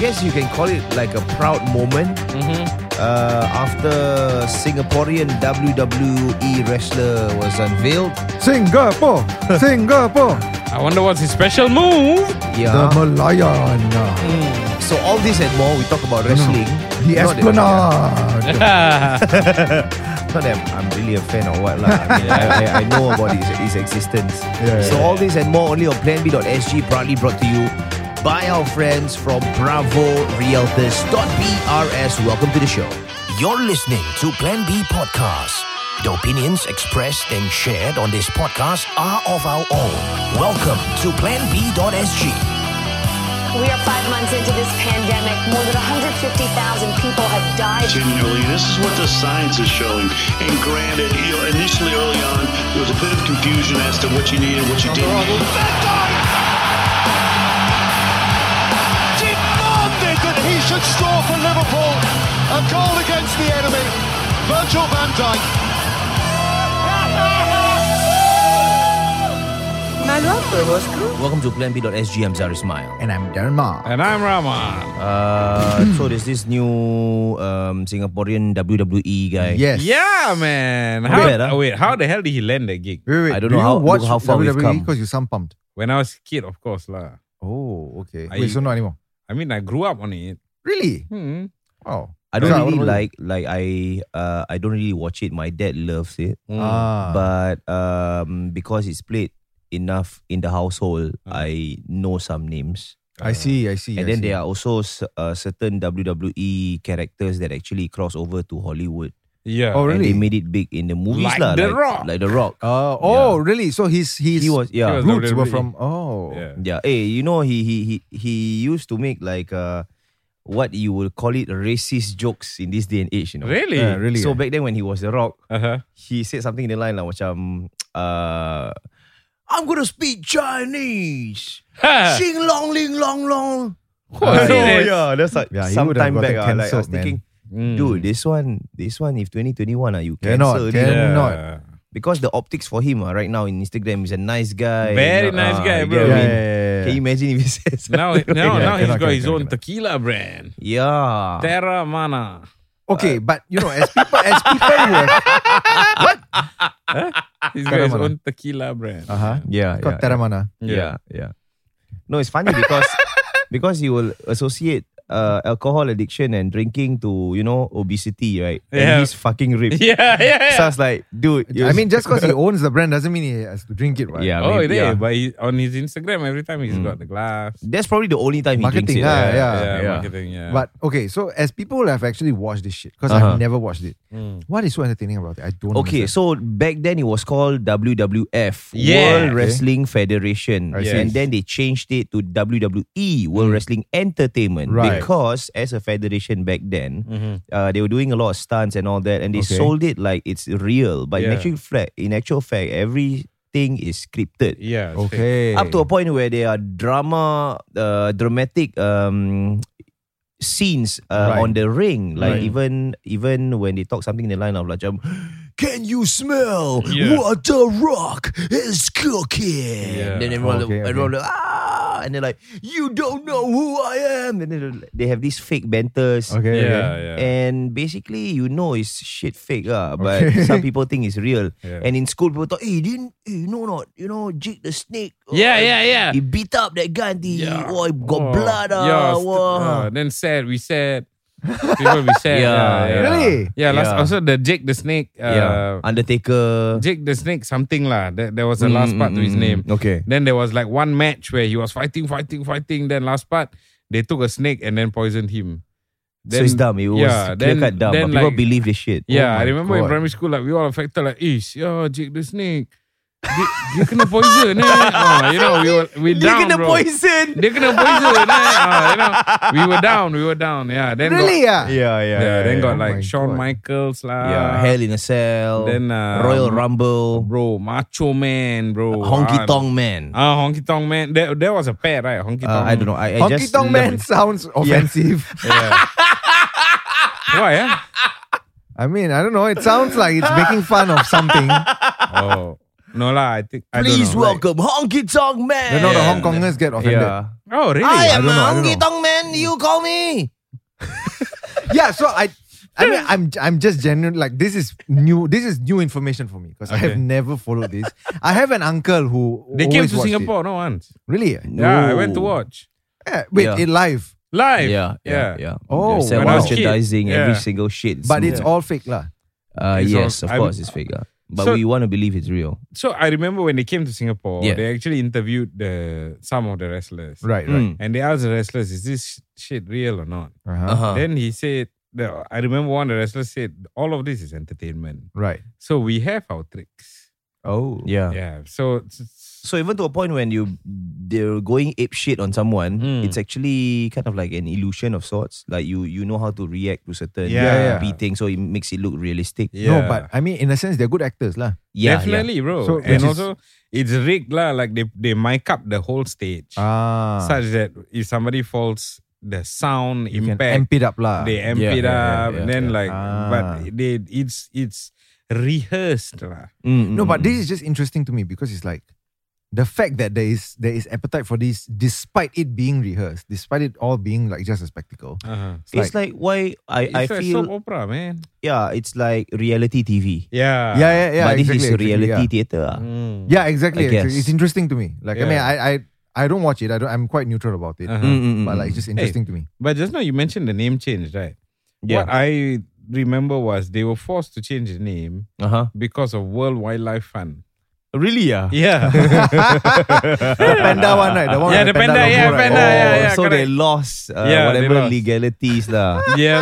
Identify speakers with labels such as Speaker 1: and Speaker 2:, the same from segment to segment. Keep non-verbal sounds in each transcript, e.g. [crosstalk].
Speaker 1: guess you can call it like a proud moment uh, after Singaporean WWE wrestler was unveiled.
Speaker 2: [laughs] Singapore, Singapore,
Speaker 3: I wonder what's his special move.
Speaker 2: the
Speaker 1: Yeah.
Speaker 2: Malayan, uh,
Speaker 1: so all this and more, we talk about wrestling.
Speaker 2: the
Speaker 1: Not that-
Speaker 2: Esplanade.
Speaker 1: Not that I'm really a fan or what lah. I, mean, I, I, I know about its, its existence.
Speaker 2: Yeah,
Speaker 1: so
Speaker 2: yeah,
Speaker 1: all this and more only on PlanB.sg proudly brought to you by our friends from Bravo Realtors.brs. Welcome to the show.
Speaker 4: You're listening to Plan B Podcast. The opinions expressed and shared on this podcast are of our own. Welcome to PlanB.sg.
Speaker 5: We are five months into this pandemic. More than 150,000 people have died.
Speaker 6: continually. This is what the science is showing. And granted, you know, initially early on, there was a bit of confusion as to what you needed, what you didn't need.
Speaker 7: demanded that he should score for Liverpool. A goal against the enemy. Virgil van Dijk.
Speaker 1: Welcome to PlanB.sg. I'm Zara Smile.
Speaker 2: [laughs] And I'm Dharma.
Speaker 3: And I'm Rama.
Speaker 1: Uh, so there's this new um, Singaporean WWE guy.
Speaker 2: Yes.
Speaker 3: Yeah, man.
Speaker 1: Not
Speaker 3: How,
Speaker 1: bad, huh?
Speaker 3: Wait, how the hell did he land the gig?
Speaker 2: Wait, wait,
Speaker 1: I don't
Speaker 2: do
Speaker 1: know
Speaker 2: you
Speaker 1: how-
Speaker 2: watch
Speaker 1: how far we've come.
Speaker 2: Because you sound pumped.
Speaker 3: When I was a kid, of course, lah.
Speaker 2: Oh, okay.
Speaker 3: I-
Speaker 2: Wait, so not anymore.
Speaker 3: I mean, I grew up on it.
Speaker 2: Really?
Speaker 3: Hmm.
Speaker 2: Oh.
Speaker 1: I don't
Speaker 2: Zara, what
Speaker 1: really
Speaker 2: about you?
Speaker 1: like like I uh, I don't really watch it. My dad loves it,
Speaker 3: Mm.
Speaker 2: Ah.
Speaker 1: but um, because it's played enough in the household,
Speaker 3: Mm.
Speaker 1: I know some names.
Speaker 2: I see, I see.
Speaker 1: and
Speaker 2: I
Speaker 1: then
Speaker 2: see.
Speaker 1: there are also s- uh, certain WWE characters that actually cross over to Hollywood.
Speaker 3: Yeah.
Speaker 2: Oh,
Speaker 1: And they
Speaker 2: really?
Speaker 1: made it big in the movies,
Speaker 3: Like
Speaker 1: lah,
Speaker 3: The
Speaker 1: like,
Speaker 3: Rock.
Speaker 1: like The Rock.
Speaker 2: Uh, oh, really? So his his
Speaker 1: he was yeah.
Speaker 3: was
Speaker 2: roots were
Speaker 3: WWE.
Speaker 2: from oh
Speaker 3: Yeah.
Speaker 1: Yeah. Hey, you know he he he he used to make like uh what you would call it racist jokes in this day and age, you know.
Speaker 3: Really?
Speaker 2: Yeah, really.
Speaker 1: So
Speaker 2: eh?
Speaker 1: back then when he was the rock,
Speaker 2: [laughs]
Speaker 3: Uh-huh.
Speaker 1: he said something in the line like macam uh I'm gonna speak Chinese.
Speaker 3: Ah. [laughs]
Speaker 1: Xing long ling long long.
Speaker 3: Oh,
Speaker 1: so, [laughs]
Speaker 3: serious?
Speaker 1: yeah, that's like
Speaker 2: Yeah, he
Speaker 1: some
Speaker 2: would have
Speaker 1: time back.
Speaker 2: gotten
Speaker 1: ah, like, I was
Speaker 2: cancelled, man. Hmm.
Speaker 1: thinking,
Speaker 3: Mm.
Speaker 1: dude, this one, this one, if 2021, ah, you cancel
Speaker 2: Cannot, cannot.
Speaker 1: this.
Speaker 3: Yeah.
Speaker 2: not.
Speaker 1: because the optics for him ah, right now in Instagram is a nice guy. you
Speaker 3: Very
Speaker 1: know,
Speaker 3: nice
Speaker 1: ah,
Speaker 3: guy,
Speaker 1: you get
Speaker 3: bro.
Speaker 1: what I mean?
Speaker 2: Yeah, yeah, yeah,
Speaker 1: Can you
Speaker 2: yeah.
Speaker 1: imagine if he
Speaker 3: [laughs]
Speaker 1: says
Speaker 2: [laughs]
Speaker 3: Now, now,
Speaker 1: something like
Speaker 3: now
Speaker 2: cannot,
Speaker 3: he's got
Speaker 2: cannot,
Speaker 3: his own
Speaker 2: cannot. Ah.
Speaker 3: tequila brand.
Speaker 1: Yeah.
Speaker 3: Terra Mana.
Speaker 2: Okay, but you know, as people
Speaker 1: [laughs]
Speaker 2: as people who [laughs] have Ah,
Speaker 3: He's got his
Speaker 2: Terra Mana.
Speaker 3: own tequila brand.
Speaker 2: uh-huh,
Speaker 1: Yeah.
Speaker 2: it's called Taramana.
Speaker 1: yeah. yeah. yeah. No, it's funny
Speaker 3: [laughs]
Speaker 1: because because you will associate uh, alcohol addiction and drinking to, you know, obesity, right?
Speaker 3: Yeah.
Speaker 1: And he's fucking ripped.
Speaker 3: [laughs] Yeah, yeah, yeah.
Speaker 1: So I was like, dude, you-
Speaker 2: I mean, just because
Speaker 1: [laughs]
Speaker 2: he owns the brand doesn't mean he has to drink it, right?
Speaker 1: yeah,
Speaker 3: oh,
Speaker 1: maybe, yeah.
Speaker 3: yeah. But he, on his Instagram, every time he's got the glass.
Speaker 1: That's probably the only time he drinks
Speaker 2: Marketing,
Speaker 1: it.
Speaker 2: ah,
Speaker 1: right?
Speaker 2: Hmm. yeah.
Speaker 3: yeah,
Speaker 1: yeah.
Speaker 3: marketing, yeah.
Speaker 2: But okay, so as people who have actually watched this shit, because
Speaker 1: Uh-huh.
Speaker 2: I've never watched it.
Speaker 3: Hmm.
Speaker 2: What is so entertaining about it? I don't.
Speaker 1: Okay,
Speaker 2: understand.
Speaker 1: so back then it was called WWF,
Speaker 3: Yeah.
Speaker 1: World
Speaker 2: Okay.
Speaker 1: Wrestling Federation.
Speaker 2: I see. Hmm.
Speaker 1: And then they changed it to WWE, World Wrestling Entertainment.
Speaker 2: Right. Mm-hmm.
Speaker 1: Because as a federation back then, uh, they were doing a lot of stunts and all that, and they
Speaker 2: Okay.
Speaker 1: sold it like it's real. But in,
Speaker 3: Yeah.
Speaker 1: actual fact, in actual fact, everything is scripted.
Speaker 3: yeah. it's
Speaker 2: okay,
Speaker 3: fake.
Speaker 1: Up to a point where there are drama, uh, dramatic um, scenes uh, on
Speaker 2: Right.
Speaker 1: the ring. Like
Speaker 3: Right.
Speaker 1: even even when they talk something in the line of like, um, "Can you smell
Speaker 3: Yeah.
Speaker 1: what the rock is cooking?"
Speaker 3: Yeah.
Speaker 1: Then everyone,
Speaker 2: Okay,
Speaker 1: everyone like, ah, and they're like, "You don't know who I am." And then they have these fake banters.
Speaker 2: Okay.
Speaker 3: Yeah, yeah.
Speaker 2: Eh,
Speaker 1: And basically, you know, it's shit fake, ah. But [laughs]
Speaker 2: Okay.
Speaker 1: some people think it's real.
Speaker 3: Yeah.
Speaker 1: And in school, people thought, "Hey, didn't hey, you know not? You know, Jake the Snake. oh,
Speaker 3: yeah, yeah, yeah.
Speaker 1: He beat up that guy until he-
Speaker 3: Yeah.
Speaker 1: oh, he got
Speaker 3: Oh,
Speaker 1: blood. ah,
Speaker 3: yeah, st-
Speaker 1: wah."
Speaker 3: ah, then sad, we sad. People
Speaker 1: [laughs]
Speaker 3: be
Speaker 1: Yeah,
Speaker 3: sad. yeah, yeah.
Speaker 2: really?
Speaker 3: Yeah, last,
Speaker 1: Yeah.
Speaker 3: also the Jake the Snake. Uh,
Speaker 1: yeah. Undertaker.
Speaker 3: Jake the Snake something lah. There, there was a
Speaker 1: Mm,
Speaker 3: last part to his name.
Speaker 1: Okay.
Speaker 3: Then there was like one match where he was fighting, fighting, fighting. Then last part, they took a snake and then poisoned him.
Speaker 1: so it's dumb. It was
Speaker 3: yeah,
Speaker 1: clear
Speaker 3: then-
Speaker 1: cut dumb.
Speaker 3: then
Speaker 1: but people
Speaker 3: like-
Speaker 1: believe this shit.
Speaker 3: Yeah,
Speaker 1: Oh my
Speaker 3: I remember in
Speaker 1: God.
Speaker 3: primary school, like we all affected, like, ish, yo, Jake the Snake. Dia, dia kena poison eh. [laughs] Ah, you know, we were we
Speaker 1: Dia
Speaker 3: down,
Speaker 1: kena
Speaker 3: bro.
Speaker 1: poison.
Speaker 3: Dia kena poison eh. Ah, you know, we were down, we were down. Yeah, then
Speaker 2: really?
Speaker 3: got,
Speaker 1: Yeah,
Speaker 2: Yeah.
Speaker 1: yeah.
Speaker 3: yeah, then got
Speaker 2: Oh
Speaker 3: like
Speaker 2: my God.
Speaker 3: Shawn Michaels lah.
Speaker 1: Yeah, Hell in a Cell.
Speaker 3: Then, uh,
Speaker 1: Royal Rumble.
Speaker 3: bro, Macho Man, bro.
Speaker 1: Uh, Honky
Speaker 3: Ah,
Speaker 1: Tonk Man.
Speaker 3: Ah, Honky Tonk Man. There, there was a pair, right? Honky Tonk.
Speaker 1: Uh, I don't know. I, I
Speaker 2: Honky
Speaker 1: just
Speaker 2: Tonk
Speaker 1: love
Speaker 2: Man
Speaker 1: it.
Speaker 2: sounds offensive.
Speaker 1: [laughs]
Speaker 3: Why? Yeah?
Speaker 2: I mean, I don't know. It sounds like it's making fun of something.
Speaker 1: [laughs]
Speaker 2: You
Speaker 3: Oh, no lah. I think I don't
Speaker 1: Please
Speaker 3: know.
Speaker 1: welcome Honky Tonk Man.
Speaker 2: know, the Hong Kongers get offended.
Speaker 1: Yeah.
Speaker 3: Oh, really?
Speaker 8: I am
Speaker 2: don't know,
Speaker 8: a
Speaker 2: I don't
Speaker 8: Onggi
Speaker 2: know.
Speaker 8: Tong man. You call me.
Speaker 2: yeah, so I, I mean, I'm I'm just genuine. Like this is new. This is new information for me because I have
Speaker 3: Okay.
Speaker 2: never followed this. I have an uncle who
Speaker 3: they came
Speaker 2: always
Speaker 3: to
Speaker 2: watched it.
Speaker 3: Singapore, no once.
Speaker 2: Really?
Speaker 3: Yeah, I went to watch.
Speaker 2: Yeah, wait,
Speaker 1: Yeah.
Speaker 2: in live,
Speaker 3: Live.
Speaker 1: Yeah, yeah, yeah.
Speaker 2: Oh,
Speaker 1: They sell
Speaker 2: when I was
Speaker 1: merchandising
Speaker 3: kid,
Speaker 1: every
Speaker 3: yeah.
Speaker 1: single shit.
Speaker 2: but it's all fake, lah.
Speaker 1: uh,
Speaker 3: It's all-
Speaker 1: yes, of
Speaker 3: I'm-
Speaker 1: course, it's fake. Uh. But
Speaker 3: So-
Speaker 1: we want to believe it's real.
Speaker 3: So I remember when they came to Singapore,
Speaker 1: Yeah.
Speaker 3: they actually interviewed the some of the wrestlers.
Speaker 2: Right, right.
Speaker 1: Mm.
Speaker 3: And they asked the wrestlers, is this shit real or not?
Speaker 2: Uh-huh.
Speaker 1: Uh-huh.
Speaker 3: Then he said, the- I remember one of the wrestlers said, all of this is entertainment.
Speaker 2: Right.
Speaker 3: So we have our tricks.
Speaker 2: Oh.
Speaker 1: yeah.
Speaker 3: Yeah. So it's- it's-
Speaker 1: So even to a point when you they're going ape shit on someone,
Speaker 3: Mm.
Speaker 1: it's actually kind of like an illusion of sorts. Like you you know how to react to certain
Speaker 3: Yeah.
Speaker 1: beating, so it makes it look realistic.
Speaker 3: yeah.
Speaker 2: No, but I mean, in a sense, they're good actors, lah.
Speaker 1: Yeah,
Speaker 3: Definitely, bro.
Speaker 2: So, which
Speaker 3: and
Speaker 2: is-
Speaker 3: also, it's rigged, lah. Like they, they mic up the whole stage
Speaker 2: Ah.
Speaker 3: such that if somebody falls, the sound
Speaker 2: you can
Speaker 3: impact,
Speaker 2: amp it up, lah.
Speaker 3: they amp
Speaker 1: Yeah,
Speaker 3: it
Speaker 1: yeah, yeah,
Speaker 3: up.
Speaker 1: yeah,
Speaker 3: and then,
Speaker 1: yeah.
Speaker 3: like,
Speaker 2: Ah.
Speaker 3: but they, it's it's rehearsed, lah.
Speaker 1: Yeah. Mm, mm,
Speaker 2: No, but
Speaker 1: mm.
Speaker 2: this is just interesting to me because it's like the fact that there is there is appetite for this, despite it being rehearsed, despite it all being like just a spectacle.
Speaker 3: Uh-huh.
Speaker 1: it's like, why I
Speaker 3: It's
Speaker 1: I
Speaker 3: like
Speaker 1: feel
Speaker 3: soap opera, man.
Speaker 1: yeah, it's like reality TV.
Speaker 2: yeah,
Speaker 3: Yeah.
Speaker 2: yeah, yeah.
Speaker 1: but this
Speaker 2: exactly,
Speaker 1: is
Speaker 2: exactly,
Speaker 1: reality
Speaker 2: yeah.
Speaker 1: theater. ah.
Speaker 3: Mm.
Speaker 2: Yeah, exactly.
Speaker 1: I
Speaker 2: exactly.
Speaker 1: guess.
Speaker 2: It's interesting to me. Like, I mean,
Speaker 3: Yeah.
Speaker 2: I, I I don't watch it. I don't. I'm quite neutral about it.
Speaker 3: Uh-huh.
Speaker 1: Mm, mm, mm,
Speaker 2: But like,
Speaker 1: mm.
Speaker 2: it's just interesting to me.
Speaker 3: But just now you mentioned the name change, right?
Speaker 1: yeah,
Speaker 3: What I remember was they were forced to change the name
Speaker 1: uh huh.
Speaker 3: because of World Wildlife Fund.
Speaker 1: Really, yeah.
Speaker 3: Yeah.
Speaker 2: [laughs] The panda one, right? The one
Speaker 3: Yeah,
Speaker 2: with
Speaker 3: the panda,
Speaker 2: logo,
Speaker 3: yeah,
Speaker 2: right? Oh,
Speaker 3: panda, yeah, yeah.
Speaker 1: so they
Speaker 3: correct.
Speaker 1: lost uh,
Speaker 3: Yeah, they
Speaker 1: whatever
Speaker 3: lost.
Speaker 1: legalities
Speaker 3: [laughs]
Speaker 1: lah.
Speaker 3: [laughs] yeah.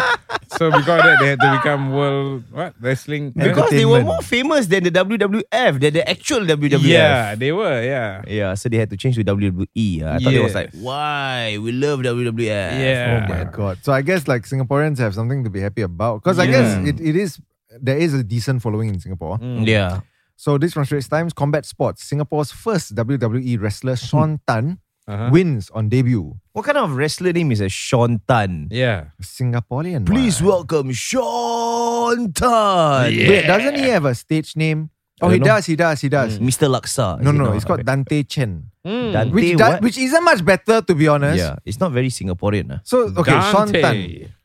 Speaker 3: So because of that they had to become world what wrestling.
Speaker 1: Because they were more
Speaker 2: Entertainment.
Speaker 1: famous than the WWF, than the actual WWF.
Speaker 3: yeah, they were, yeah.
Speaker 1: Yeah, so they had to change to WWE. uh, I thought it was like,
Speaker 3: Yes.
Speaker 1: why? We love WWF.
Speaker 3: Yeah. Mm.
Speaker 2: Oh my god! So I guess like Singaporeans have something to be happy about because I
Speaker 3: Yeah.
Speaker 2: guess it, it is there is a decent following in Singapore.
Speaker 1: Mm. Yeah.
Speaker 2: So this from Straits Times Combat Sports Singapore's first WWE wrestler
Speaker 1: [laughs]
Speaker 2: Sean Tan
Speaker 3: Uh-huh.
Speaker 2: wins on debut.
Speaker 1: What kind of wrestler name is a Sean Tan?
Speaker 3: Yeah.
Speaker 2: Singaporean.
Speaker 1: Please
Speaker 2: man.
Speaker 1: welcome Sean Tan.
Speaker 2: Wait, doesn't he have a stage name? Oh,
Speaker 1: I
Speaker 2: he
Speaker 1: don't know.
Speaker 2: does. He does. He does.
Speaker 1: Mr. Laksa. is
Speaker 2: No,
Speaker 1: it
Speaker 2: no,
Speaker 1: not?
Speaker 2: it's called
Speaker 1: Mm. Okay. Hmm.
Speaker 2: Dante Chen,
Speaker 1: Dante.
Speaker 2: which
Speaker 1: what?
Speaker 2: does, which isn't much better to be honest.
Speaker 1: yeah, it's not very Singaporean. ah.
Speaker 2: So okay, Sean
Speaker 3: Dante.
Speaker 2: Tan,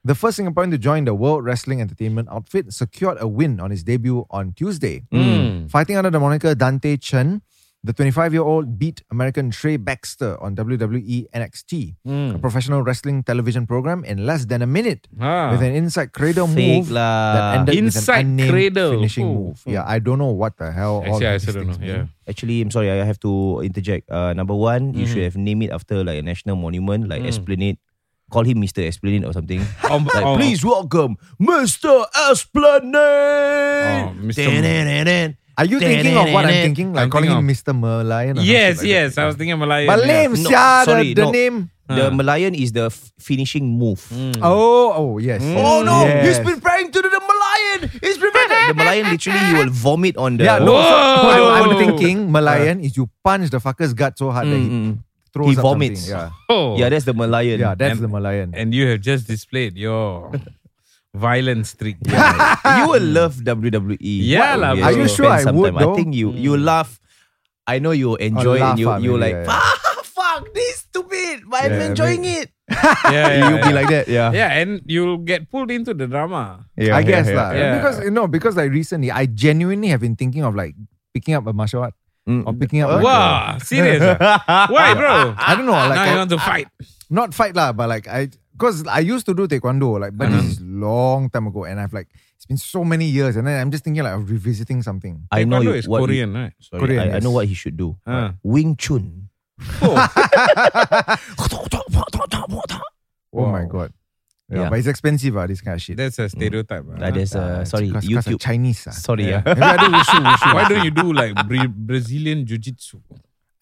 Speaker 2: the first Singaporean to join the World Wrestling Entertainment outfit, secured a win on his debut on Tuesday,
Speaker 3: Hmm.
Speaker 2: fighting under the moniker Dante Chen. The 25-year-old beat American Trey Baxter on E WWE NXT,
Speaker 3: Hmm.
Speaker 2: a professional wrestling television program, in less than a minute,
Speaker 3: Ah.
Speaker 2: with an inside cradle
Speaker 1: Fake
Speaker 2: move
Speaker 1: lah.
Speaker 2: that ended with
Speaker 3: Inside
Speaker 2: an unnamed
Speaker 3: cradle.
Speaker 2: finishing
Speaker 3: Ooh.
Speaker 2: move. Yeah, I don't know what the hell. all
Speaker 3: Actually, I
Speaker 2: these
Speaker 3: still don't know.
Speaker 2: things
Speaker 3: Yeah.
Speaker 2: mean.
Speaker 1: Actually, I'm sorry, I have to interject. Uh, number one, you should
Speaker 2: Mm-hmm.
Speaker 1: have named it after like a national monument, like
Speaker 2: Mm.
Speaker 1: Esplanade. Call him Mr. Esplanade or
Speaker 2: [laughs]
Speaker 1: something.
Speaker 3: Um,
Speaker 1: Like,
Speaker 2: Oh.
Speaker 3: um,
Speaker 1: please welcome Mr. Esplanade.
Speaker 3: Oh, Mr.
Speaker 1: Dun-dun-dun-dun.
Speaker 2: Are you thinking of what I'm thinking? Like
Speaker 3: I'm
Speaker 2: calling
Speaker 3: thinking
Speaker 2: him Mr. Merlion? or
Speaker 3: Yes,
Speaker 2: something like
Speaker 3: yes.
Speaker 2: that?
Speaker 3: I was thinking Malayan.
Speaker 2: But
Speaker 3: yeah.
Speaker 2: lame,
Speaker 1: No,
Speaker 2: sia,
Speaker 1: sorry,
Speaker 2: the, the
Speaker 1: no.
Speaker 2: name.
Speaker 1: The Malayan is the f- finishing move.
Speaker 2: Oh, oh, yes.
Speaker 1: Oh no,
Speaker 2: Yes.
Speaker 1: he's been praying to the, the Malayan. He's been praying. to- The Malayan literally he will vomit on the.
Speaker 2: Yeah, no. so-
Speaker 3: Whoa!
Speaker 2: what I'm thinking Malayan is you punch the fucker's gut so hard that he throws
Speaker 1: He
Speaker 2: up
Speaker 1: vomits.
Speaker 2: something.
Speaker 3: Oh.
Speaker 1: Yeah, that's the Malayan.
Speaker 2: Yeah, yeah, that's
Speaker 3: And-
Speaker 2: the Malayan.
Speaker 3: and you have just displayed your [laughs] violent streak.
Speaker 1: you will love E. WWE.
Speaker 3: Yeah lah,
Speaker 1: Yes,
Speaker 3: bro. Are
Speaker 2: Ah. you
Speaker 1: spend
Speaker 2: sure I
Speaker 1: some
Speaker 2: would,
Speaker 1: time. I
Speaker 2: though?
Speaker 1: think you you
Speaker 2: Hmm.
Speaker 1: laugh. I know you enjoy
Speaker 2: laugh,
Speaker 1: and you
Speaker 2: ah,
Speaker 1: you
Speaker 2: maybe,
Speaker 1: like
Speaker 2: yeah,
Speaker 1: ah fuck this stupid, but I'm
Speaker 2: Yeah,
Speaker 1: enjoying it.
Speaker 3: yeah, yeah,
Speaker 1: You'll be like that.
Speaker 2: [laughs]
Speaker 1: Yeah.
Speaker 3: Yeah, and you'll get pulled into the drama.
Speaker 1: Yeah, yeah,
Speaker 2: I guess
Speaker 1: yeah.
Speaker 2: lah.
Speaker 3: yeah.
Speaker 2: Because you know, because like recently, I genuinely have been thinking of like picking up a martial art
Speaker 1: Mm.
Speaker 2: or picking up. Like, a-
Speaker 3: Wow, serious?
Speaker 2: [laughs]
Speaker 3: ah? Why, bro?
Speaker 2: I don't know. Like
Speaker 3: now
Speaker 2: I,
Speaker 3: you want to fight.
Speaker 2: not fight lah, but like I because I used to do taekwondo, like but this is
Speaker 1: Mm-hmm.
Speaker 2: long time ago, and I've like it's been so many years, and then I'm just thinking like of revisiting something.
Speaker 1: I know
Speaker 3: Taekwondo
Speaker 1: you,
Speaker 3: is
Speaker 1: what you-
Speaker 3: Korean, right?
Speaker 1: sorry,
Speaker 2: Korean,
Speaker 1: I, I know
Speaker 2: yes.
Speaker 1: what he should do.
Speaker 3: Ah.
Speaker 1: Wing Chun. [laughs]
Speaker 2: [laughs] Oh my god. Yeah,
Speaker 1: Yeah.
Speaker 2: but it's expensive, ah, this kind of shit.
Speaker 3: That's a stereotype. ah.
Speaker 1: Ah, there's uh, sorry,
Speaker 2: because,
Speaker 1: YouTube.
Speaker 2: Chinese. ah.
Speaker 1: Sorry, yeah.
Speaker 2: Maybe I do [laughs] wushu, wushu.
Speaker 3: Why don't you do like Bra- Brazilian Jiu Jitsu?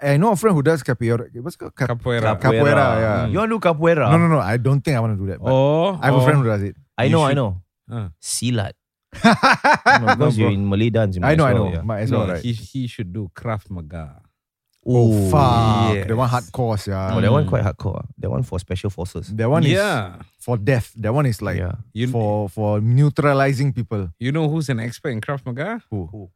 Speaker 2: I know Eh, a friend who does capoeira. What's it called? Cap-
Speaker 3: Capoeira. ah. Mm.
Speaker 2: Capoeira, yeah.
Speaker 1: You want to do capoeira?
Speaker 2: no, no, no. I don't think I want to do that. but
Speaker 3: Or,
Speaker 2: I have
Speaker 3: or-
Speaker 2: a friend who does it.
Speaker 1: I know, I know.
Speaker 3: Oh, Ah.
Speaker 2: [laughs]
Speaker 1: Silat. no, because you're in Malay dance. you
Speaker 2: I
Speaker 1: might
Speaker 2: know,
Speaker 1: as
Speaker 2: I
Speaker 1: well,
Speaker 2: know.
Speaker 1: Oh. yeah.
Speaker 2: Might as
Speaker 3: No,
Speaker 2: well, right?
Speaker 3: he, he should do Krav Maga.
Speaker 2: Oh, fuck.
Speaker 3: yes.
Speaker 2: That one hardcore, yeah.
Speaker 1: Oh, that one quite hardcore. ah. That one for special forces.
Speaker 2: That one is
Speaker 3: yeah.
Speaker 2: for death. That one is like
Speaker 1: Yeah.
Speaker 3: You-
Speaker 2: for for neutralizing people.
Speaker 3: You know who's an expert in Krav Maga?
Speaker 2: Who?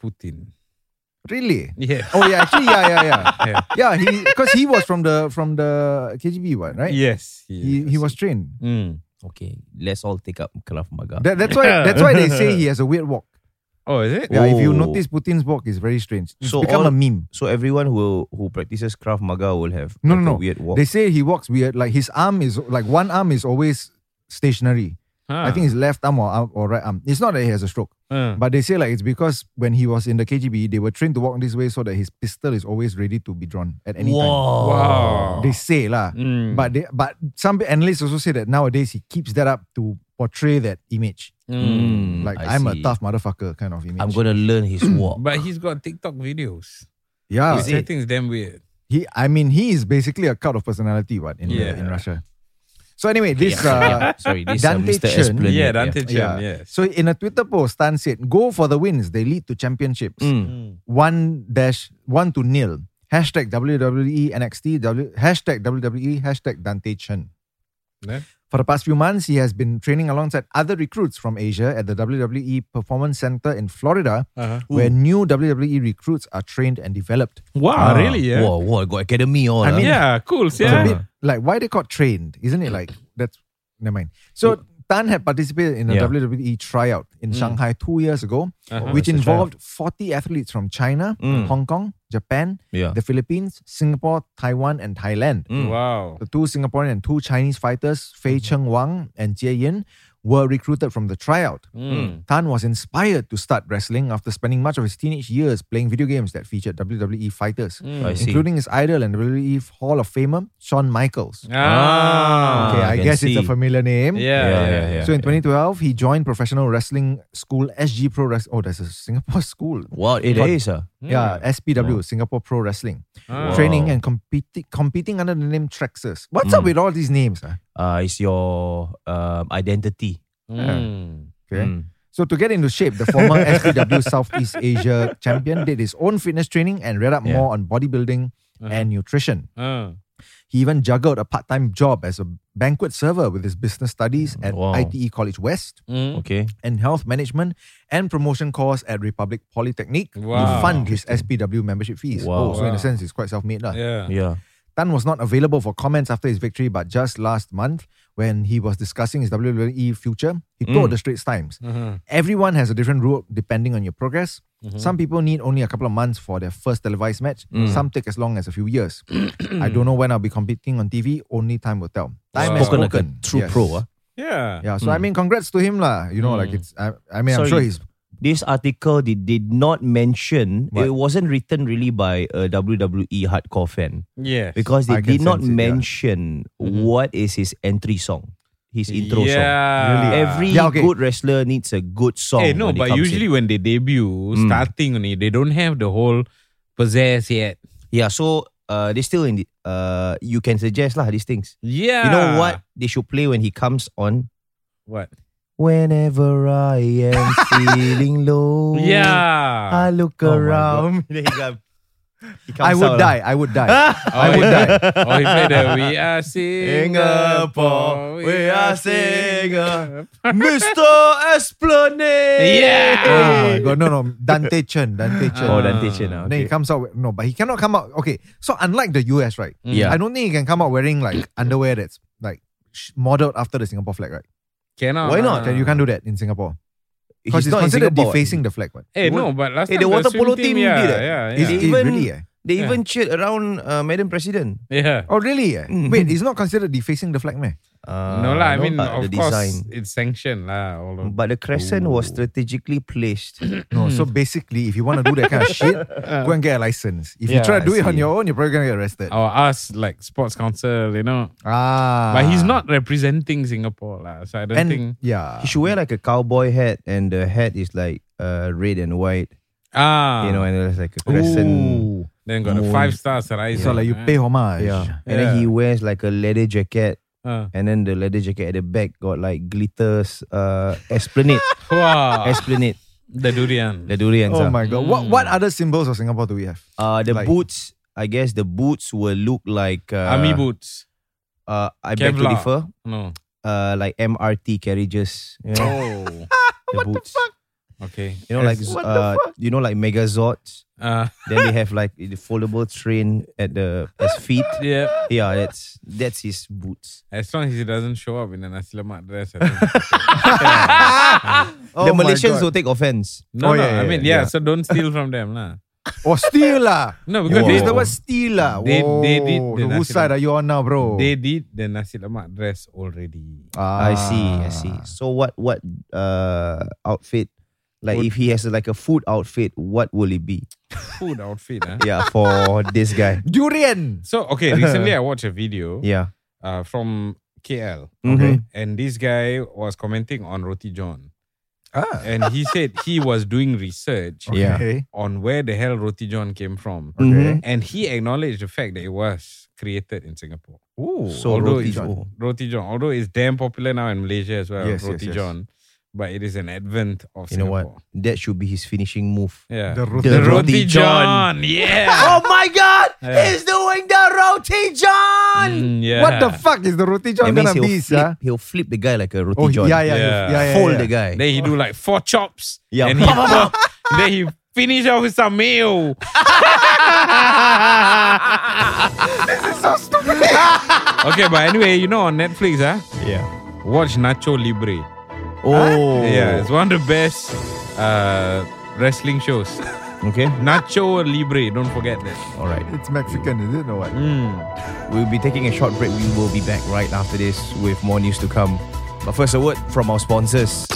Speaker 3: Putin. [laughs]
Speaker 2: Really?
Speaker 3: Yeah.
Speaker 2: Oh yeah, actually yeah yeah yeah.
Speaker 3: Yeah.
Speaker 2: yeah, he because he was from the from the KGB one, right?
Speaker 3: Yes.
Speaker 2: He, he was trained.
Speaker 3: Mm.
Speaker 1: Okay, let's all take up Krav Maga.
Speaker 2: That, that's why that's why they say he has a weird walk.
Speaker 3: Oh, is it?
Speaker 2: Yeah, if you
Speaker 1: Oh.
Speaker 2: notice Putin's walk is very strange. It's
Speaker 1: So
Speaker 2: become
Speaker 1: all-
Speaker 2: a meme.
Speaker 1: so everyone who who practices Krav Maga will have
Speaker 2: No,
Speaker 1: like
Speaker 2: no,
Speaker 1: a
Speaker 2: no.
Speaker 1: weird walk.
Speaker 2: They say he walks weird. Like his arm is like one arm is always stationary. I
Speaker 3: Ah.
Speaker 2: think his left arm or arm or right arm. It's not that he has a stroke,
Speaker 3: Ah.
Speaker 1: Hmm.
Speaker 2: but they say like it's because when he was in the KGB, E, they were trained to walk this way so that his pistol is always ready to be drawn at any
Speaker 3: Wow.
Speaker 2: time. They say lah.
Speaker 1: Hmm.
Speaker 3: Mm.
Speaker 2: But they, but some analysts also say that nowadays he keeps that up to portray that image.
Speaker 1: Mm,
Speaker 3: Mm.
Speaker 2: Like
Speaker 1: I
Speaker 2: I'm
Speaker 1: see.
Speaker 2: a tough motherfucker kind of image.
Speaker 1: I'm gonna learn
Speaker 2: [clears throat]
Speaker 1: his walk.
Speaker 3: But he's got TikTok videos.
Speaker 2: yeah.
Speaker 3: Which I think is damn weird.
Speaker 2: He I mean he is basically a cult of personality what in the-
Speaker 3: Yeah.
Speaker 2: in Russia. So anyway,
Speaker 3: [laughs]
Speaker 2: this uh,
Speaker 1: Yeah, [laughs] Sorry, this uh,
Speaker 2: Dante
Speaker 1: Mr.
Speaker 2: Chen.
Speaker 1: Esplanade.
Speaker 3: yeah, Dante Chen,
Speaker 2: yeah.
Speaker 3: yes.
Speaker 2: So in a Twitter post, Stan said, "Go for the wins. They lead to championships.
Speaker 3: Mm.
Speaker 2: One dash one to nil. Hashtag E WWE NXT. W, hashtag WWE. Hashtag Dante Chen."
Speaker 3: Yeah.
Speaker 2: For the past few months, he has been training alongside other recruits from Asia at the WWE Performance Center in Florida,
Speaker 3: Uh-huh.
Speaker 2: where new WWE recruits are trained and developed.
Speaker 3: Wow, really? Yeah.
Speaker 1: Wow, wow, got academy all.
Speaker 2: Ah, I
Speaker 1: ah.
Speaker 2: mean,
Speaker 3: Yeah, cool.
Speaker 2: It's
Speaker 3: Yeah.
Speaker 2: a bit like why they got trained, isn't it? Like that's never mind. So Tan had participated in a
Speaker 1: Yeah.
Speaker 2: WWE tryout in Shanghai two years ago,
Speaker 3: Uh-huh.
Speaker 2: which
Speaker 1: What's the tryout?
Speaker 2: involved 40 athletes from China,
Speaker 1: Mm.
Speaker 2: Hong Kong, Japan,
Speaker 1: Yeah.
Speaker 2: the Philippines, Singapore, Taiwan, and Thailand.
Speaker 1: Mm. Mm-hmm.
Speaker 3: Wow.
Speaker 2: The two Singaporean and two Chinese fighters, Fei Cheng Wang and Jie Yin, were recruited from the tryout.
Speaker 3: Mm.
Speaker 2: Tan was inspired to start wrestling after spending much of his teenage years playing video games that featured WWE fighters,
Speaker 1: I see.
Speaker 2: including his idol and WWE Hall of Famer, Shawn Michaels.
Speaker 3: Ah.
Speaker 2: Okay,
Speaker 1: Ah,
Speaker 2: I,
Speaker 1: I can
Speaker 2: guess it's
Speaker 1: see.
Speaker 2: a familiar name.
Speaker 3: Yeah.
Speaker 1: yeah, yeah, yeah.
Speaker 2: So in 2012, he joined professional wrestling school SG Pro Wrestling. Oh, there's a Singapore [laughs] school.
Speaker 1: wow, it
Speaker 2: Got-
Speaker 1: is ah.
Speaker 2: Yeah, SPW, Singapore Pro Wrestling.
Speaker 3: Ah.
Speaker 2: Training and competing competing under the name Trexus. What's
Speaker 1: Hmm.
Speaker 2: up with all these names? ah?
Speaker 1: Uh, it's your um, identity.
Speaker 3: Mm.
Speaker 2: Okay.
Speaker 1: Mm.
Speaker 2: So to get into shape, the
Speaker 1: [laughs]
Speaker 2: former SPW Southeast Asia champion did his own fitness training and read up
Speaker 1: Yeah. Uh-huh.
Speaker 2: more on bodybuilding and nutrition.
Speaker 3: Ah.
Speaker 2: He even juggled a part-time job as a banquet server with his business studies at
Speaker 1: Wow.
Speaker 2: ITE College West.
Speaker 3: Mm.
Speaker 1: Okay.
Speaker 2: and health management and promotion course at Republic Polytechnic
Speaker 3: Wow.
Speaker 2: to fund his SPW membership fees.
Speaker 1: Wow.
Speaker 2: Oh, so in a
Speaker 3: Wow.
Speaker 2: sense, he's quite self-made. lah.
Speaker 3: Yeah.
Speaker 1: Yeah.
Speaker 2: Tan was not available for comments after his victory, but just last month, when he was discussing his WWE future, he
Speaker 1: Mm.
Speaker 2: told the Straits Times,
Speaker 1: Mm-hmm.
Speaker 3: Uh-huh.
Speaker 2: everyone has a different route depending on your progress. Some people need only a couple of months for their first televised match.
Speaker 1: Mm.
Speaker 2: Some take as long as a few years. I don't know when I'll be competing on TV. Only time will tell. Time has
Speaker 1: Spoken like a
Speaker 2: spoken.
Speaker 1: true
Speaker 2: Yes.
Speaker 1: pro. ah.
Speaker 3: Yeah.
Speaker 2: Yeah, so I mean, congrats to him, lah. You know, like it's. I, I mean, I'm
Speaker 1: Sorry.
Speaker 2: sure he's.
Speaker 1: This article they did not mention. It
Speaker 2: What?
Speaker 1: wasn't written really by a WWE hardcore fan
Speaker 3: Yes.
Speaker 1: because they
Speaker 2: I
Speaker 1: did
Speaker 2: can
Speaker 1: not
Speaker 2: sense it, yeah. Mm-hmm.
Speaker 1: mention what is his entry song, his intro
Speaker 3: yeah.
Speaker 1: song. Every
Speaker 2: Yeah, okay. Eh,
Speaker 1: good wrestler needs a good song.
Speaker 3: Hey,
Speaker 1: when
Speaker 3: no,
Speaker 1: it
Speaker 3: but
Speaker 1: comes
Speaker 3: usually
Speaker 1: in.
Speaker 3: when they debut, starting only, they don't have the whole possess yet.
Speaker 1: yeah. So uh, they still in the, uh, you can suggest lah these things. You
Speaker 3: Yeah.
Speaker 1: know what they should play when he comes on.
Speaker 3: What?
Speaker 1: Whenever I
Speaker 2: [laughs]
Speaker 1: am feeling low,
Speaker 3: Yeah.
Speaker 1: I look
Speaker 2: Oh my
Speaker 1: around. [laughs] There you go. He comes
Speaker 2: I would
Speaker 1: out lah.
Speaker 2: die. I would
Speaker 1: [laughs]
Speaker 2: die. I would
Speaker 3: yeah.
Speaker 2: die.
Speaker 3: [laughs] Oh, he played the We Are Singapore. We Are Singapore.
Speaker 2: [laughs]
Speaker 1: Mr. ah. Esplanade.
Speaker 2: Oh
Speaker 3: Yeah.
Speaker 2: my god! No, no, Dante Chen, Dante Chen.
Speaker 1: Oh, Dante Chen. ah,
Speaker 2: And Then
Speaker 1: Okay.
Speaker 2: he comes out. with- No, but he cannot come out. Okay, so unlike the US, right?
Speaker 1: Yeah.
Speaker 2: I don't think he can come out wearing like [clears throat] underwear that's like sh- modeled after the Singapore flag, right?
Speaker 3: Cannot.
Speaker 1: Why not?
Speaker 2: Can- You can't do that in Singapore because
Speaker 1: He's
Speaker 2: it's
Speaker 1: not in
Speaker 2: considered
Speaker 1: Singapore.
Speaker 2: defacing the flag. Right?
Speaker 3: Hey, no, but last
Speaker 1: Hey,
Speaker 3: time
Speaker 1: the water
Speaker 3: swim
Speaker 1: polo team
Speaker 3: yeah,
Speaker 1: did it.
Speaker 3: Yeah,
Speaker 2: Is
Speaker 3: yeah.
Speaker 2: it
Speaker 1: They even-
Speaker 2: really? eh?
Speaker 1: They
Speaker 3: Yeah.
Speaker 1: even cheered around uh, Madam President.
Speaker 3: yeah.
Speaker 2: Oh, really? eh?
Speaker 1: Mm.
Speaker 2: Wait, it's not considered defacing the flag, man.
Speaker 1: Uh,
Speaker 3: no, lah. I mean,
Speaker 1: but
Speaker 3: of
Speaker 1: the
Speaker 3: course,
Speaker 1: design.
Speaker 3: it's sanctioned. lah. all of-
Speaker 1: But the crescent was strategically
Speaker 3: [coughs]
Speaker 1: placed.
Speaker 2: No. So basically, if you want to do that kind of [laughs] shit, go and get a license. If you
Speaker 3: Yeah,
Speaker 2: try to do
Speaker 1: I
Speaker 2: it on
Speaker 1: see.
Speaker 2: your own, you're probably gonna get arrested.
Speaker 3: or us, like sports council, you know.
Speaker 2: Ah,
Speaker 3: But he's not representing Singapore, lah. So I don't
Speaker 2: And
Speaker 3: think.
Speaker 2: yeah,
Speaker 1: He should wear like a cowboy hat, and the hat is like uh, red and white,
Speaker 3: Ah,
Speaker 1: you know, and there's like a crescent.
Speaker 2: Ooh.
Speaker 3: Then got the
Speaker 1: Moon.
Speaker 3: five stars that I
Speaker 2: So like you pay homage.
Speaker 1: Yeah. And then he wears like a leather jacket,
Speaker 3: Uh.
Speaker 1: and then the leather jacket at the back got like glitters, uh,
Speaker 3: [laughs]
Speaker 1: esplanade, [laughs]
Speaker 3: Wow,
Speaker 1: esplanade,
Speaker 3: the durian.
Speaker 1: the durians.
Speaker 2: Oh
Speaker 1: ah.
Speaker 2: my god. What what other symbols of Singapore do we have?
Speaker 1: Uh, the
Speaker 2: Like-
Speaker 1: boots, I guess the boots will look like uh,
Speaker 3: Army boots.
Speaker 1: Uh, I beg to
Speaker 3: Kevlar.
Speaker 1: differ.
Speaker 3: No.
Speaker 1: Uh, like MRT carriages. You know,
Speaker 3: Oh.
Speaker 1: the boots.
Speaker 3: Okay.
Speaker 1: You know, like uh, you know, like Megazords.
Speaker 3: Uh, [laughs]
Speaker 1: then they have like the foldable train at the as feet.
Speaker 3: yeah.
Speaker 1: Yeah, that's that's his boots.
Speaker 3: As long as he doesn't show up in an nasi lemak dress. I
Speaker 2: [laughs]
Speaker 3: think.
Speaker 2: Oh
Speaker 1: the
Speaker 2: my
Speaker 1: Malaysians
Speaker 2: God.
Speaker 1: will take offense.
Speaker 3: No,
Speaker 2: Oh,
Speaker 3: no.
Speaker 2: yeah, yeah,
Speaker 3: I mean, yeah, So don't steal from them, lah.
Speaker 2: Or Oh, steal lah.
Speaker 3: No,
Speaker 2: You
Speaker 3: because
Speaker 2: use
Speaker 3: they,
Speaker 2: the word steal lah.
Speaker 3: They-
Speaker 2: Whoa.
Speaker 3: they did
Speaker 2: So
Speaker 3: the
Speaker 2: Whose
Speaker 3: nasi
Speaker 2: side
Speaker 3: lemak.
Speaker 2: are you on now, bro?
Speaker 3: they did the nasi lemak dress already.
Speaker 2: Ah.
Speaker 1: I see, I see. So what what uh outfit? Like
Speaker 3: Food.
Speaker 1: if he has like a food outfit, what will it be?
Speaker 3: Food outfit, huh?
Speaker 1: Yeah, for this guy.
Speaker 2: Durian.
Speaker 3: So
Speaker 2: [laughs]
Speaker 3: okay, recently I watched a video
Speaker 1: Yeah.
Speaker 3: uh, from KL,
Speaker 2: Mm-hmm.
Speaker 1: Okay.
Speaker 3: and this guy was commenting on Roti John, and he said he was doing research
Speaker 1: Yeah.
Speaker 2: Ah. Okay.
Speaker 3: on where the hell Roti John came from,
Speaker 1: Mhm.
Speaker 3: and he acknowledged the fact that it was created in Singapore.
Speaker 2: Ooh.
Speaker 1: So
Speaker 3: although
Speaker 1: roti
Speaker 3: it's,
Speaker 1: john.
Speaker 3: Roti John, although it's damn popular now in Malaysia as well,
Speaker 2: Yes, yes, yes.
Speaker 3: Roti John, but it is an advent of
Speaker 1: You know
Speaker 3: Singapore.
Speaker 1: what? That should be his finishing move.
Speaker 3: Yeah,
Speaker 2: The roti.
Speaker 1: The
Speaker 3: The
Speaker 1: roti
Speaker 3: Roti
Speaker 1: john.
Speaker 3: John, yeah.
Speaker 1: [laughs] Oh my god!
Speaker 3: Yeah.
Speaker 1: He's doing the roti john!
Speaker 3: Mm, yeah.
Speaker 2: What the fuck is the roti john
Speaker 1: That means he'll
Speaker 2: gonna be,
Speaker 1: "Oh, flip,
Speaker 2: sir?
Speaker 1: he'll flip the guy like a roti
Speaker 2: Oh,
Speaker 1: john.
Speaker 2: yeah, yeah, yeah,
Speaker 3: Yeah.
Speaker 2: yeah, yeah, yeah.
Speaker 1: Fold the guy.
Speaker 3: Then he do like four chops.
Speaker 1: Yeah. [laughs]
Speaker 3: And he then he finish off with some meal. [laughs] okay, but anyway, you know on Netflix, huh?
Speaker 1: yeah.
Speaker 3: Watch Nacho Libre.
Speaker 1: Oh.
Speaker 3: Yeah, it's one of the best uh, wrestling shows. [laughs]
Speaker 1: Okay.
Speaker 3: Nacho Libre, don't forget that.
Speaker 1: All right.
Speaker 2: It's Mexican, is it or what?
Speaker 3: Mm.
Speaker 1: We'll be taking a short break. We will be back right after this with more news to come. But first, a word from our sponsors.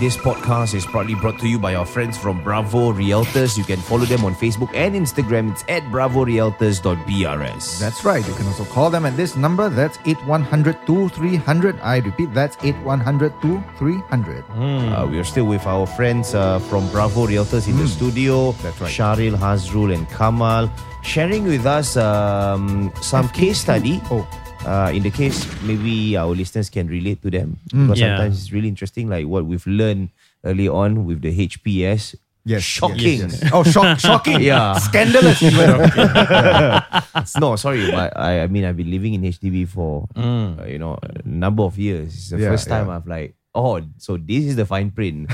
Speaker 1: This podcast is proudly brought to you by our friends from Bravo Realtors. You can follow them on Facebook and Instagram. It's at bravorealtors.brs.
Speaker 2: That's right. You can also call them at this number. That's 8100 2300. I repeat, that's 8100 2300.
Speaker 3: Mm.
Speaker 1: Uh, we are still with our friends uh, from Bravo Realtors in the studio.
Speaker 2: Hmm. That's right.
Speaker 1: Sharil, Hazrul, and Kamal sharing with us um, some case study.
Speaker 2: Oh.
Speaker 1: Uh, in the case, maybe our listeners can relate to them because
Speaker 9: Yeah.
Speaker 1: sometimes it's really interesting, like what we've learned early on with the HPS.
Speaker 2: Yes.
Speaker 1: Shocking.
Speaker 2: yes, yes.
Speaker 1: [laughs]
Speaker 2: Oh, shock, shocking.
Speaker 1: Yeah. [laughs]
Speaker 2: Scandalous. even.
Speaker 1: no, sorry, but I, I mean, I've been living in HDB for uh, you know a number of years. It's the
Speaker 2: Yeah,
Speaker 1: first time
Speaker 2: yeah.
Speaker 1: I've like, oh, so this is the fine print.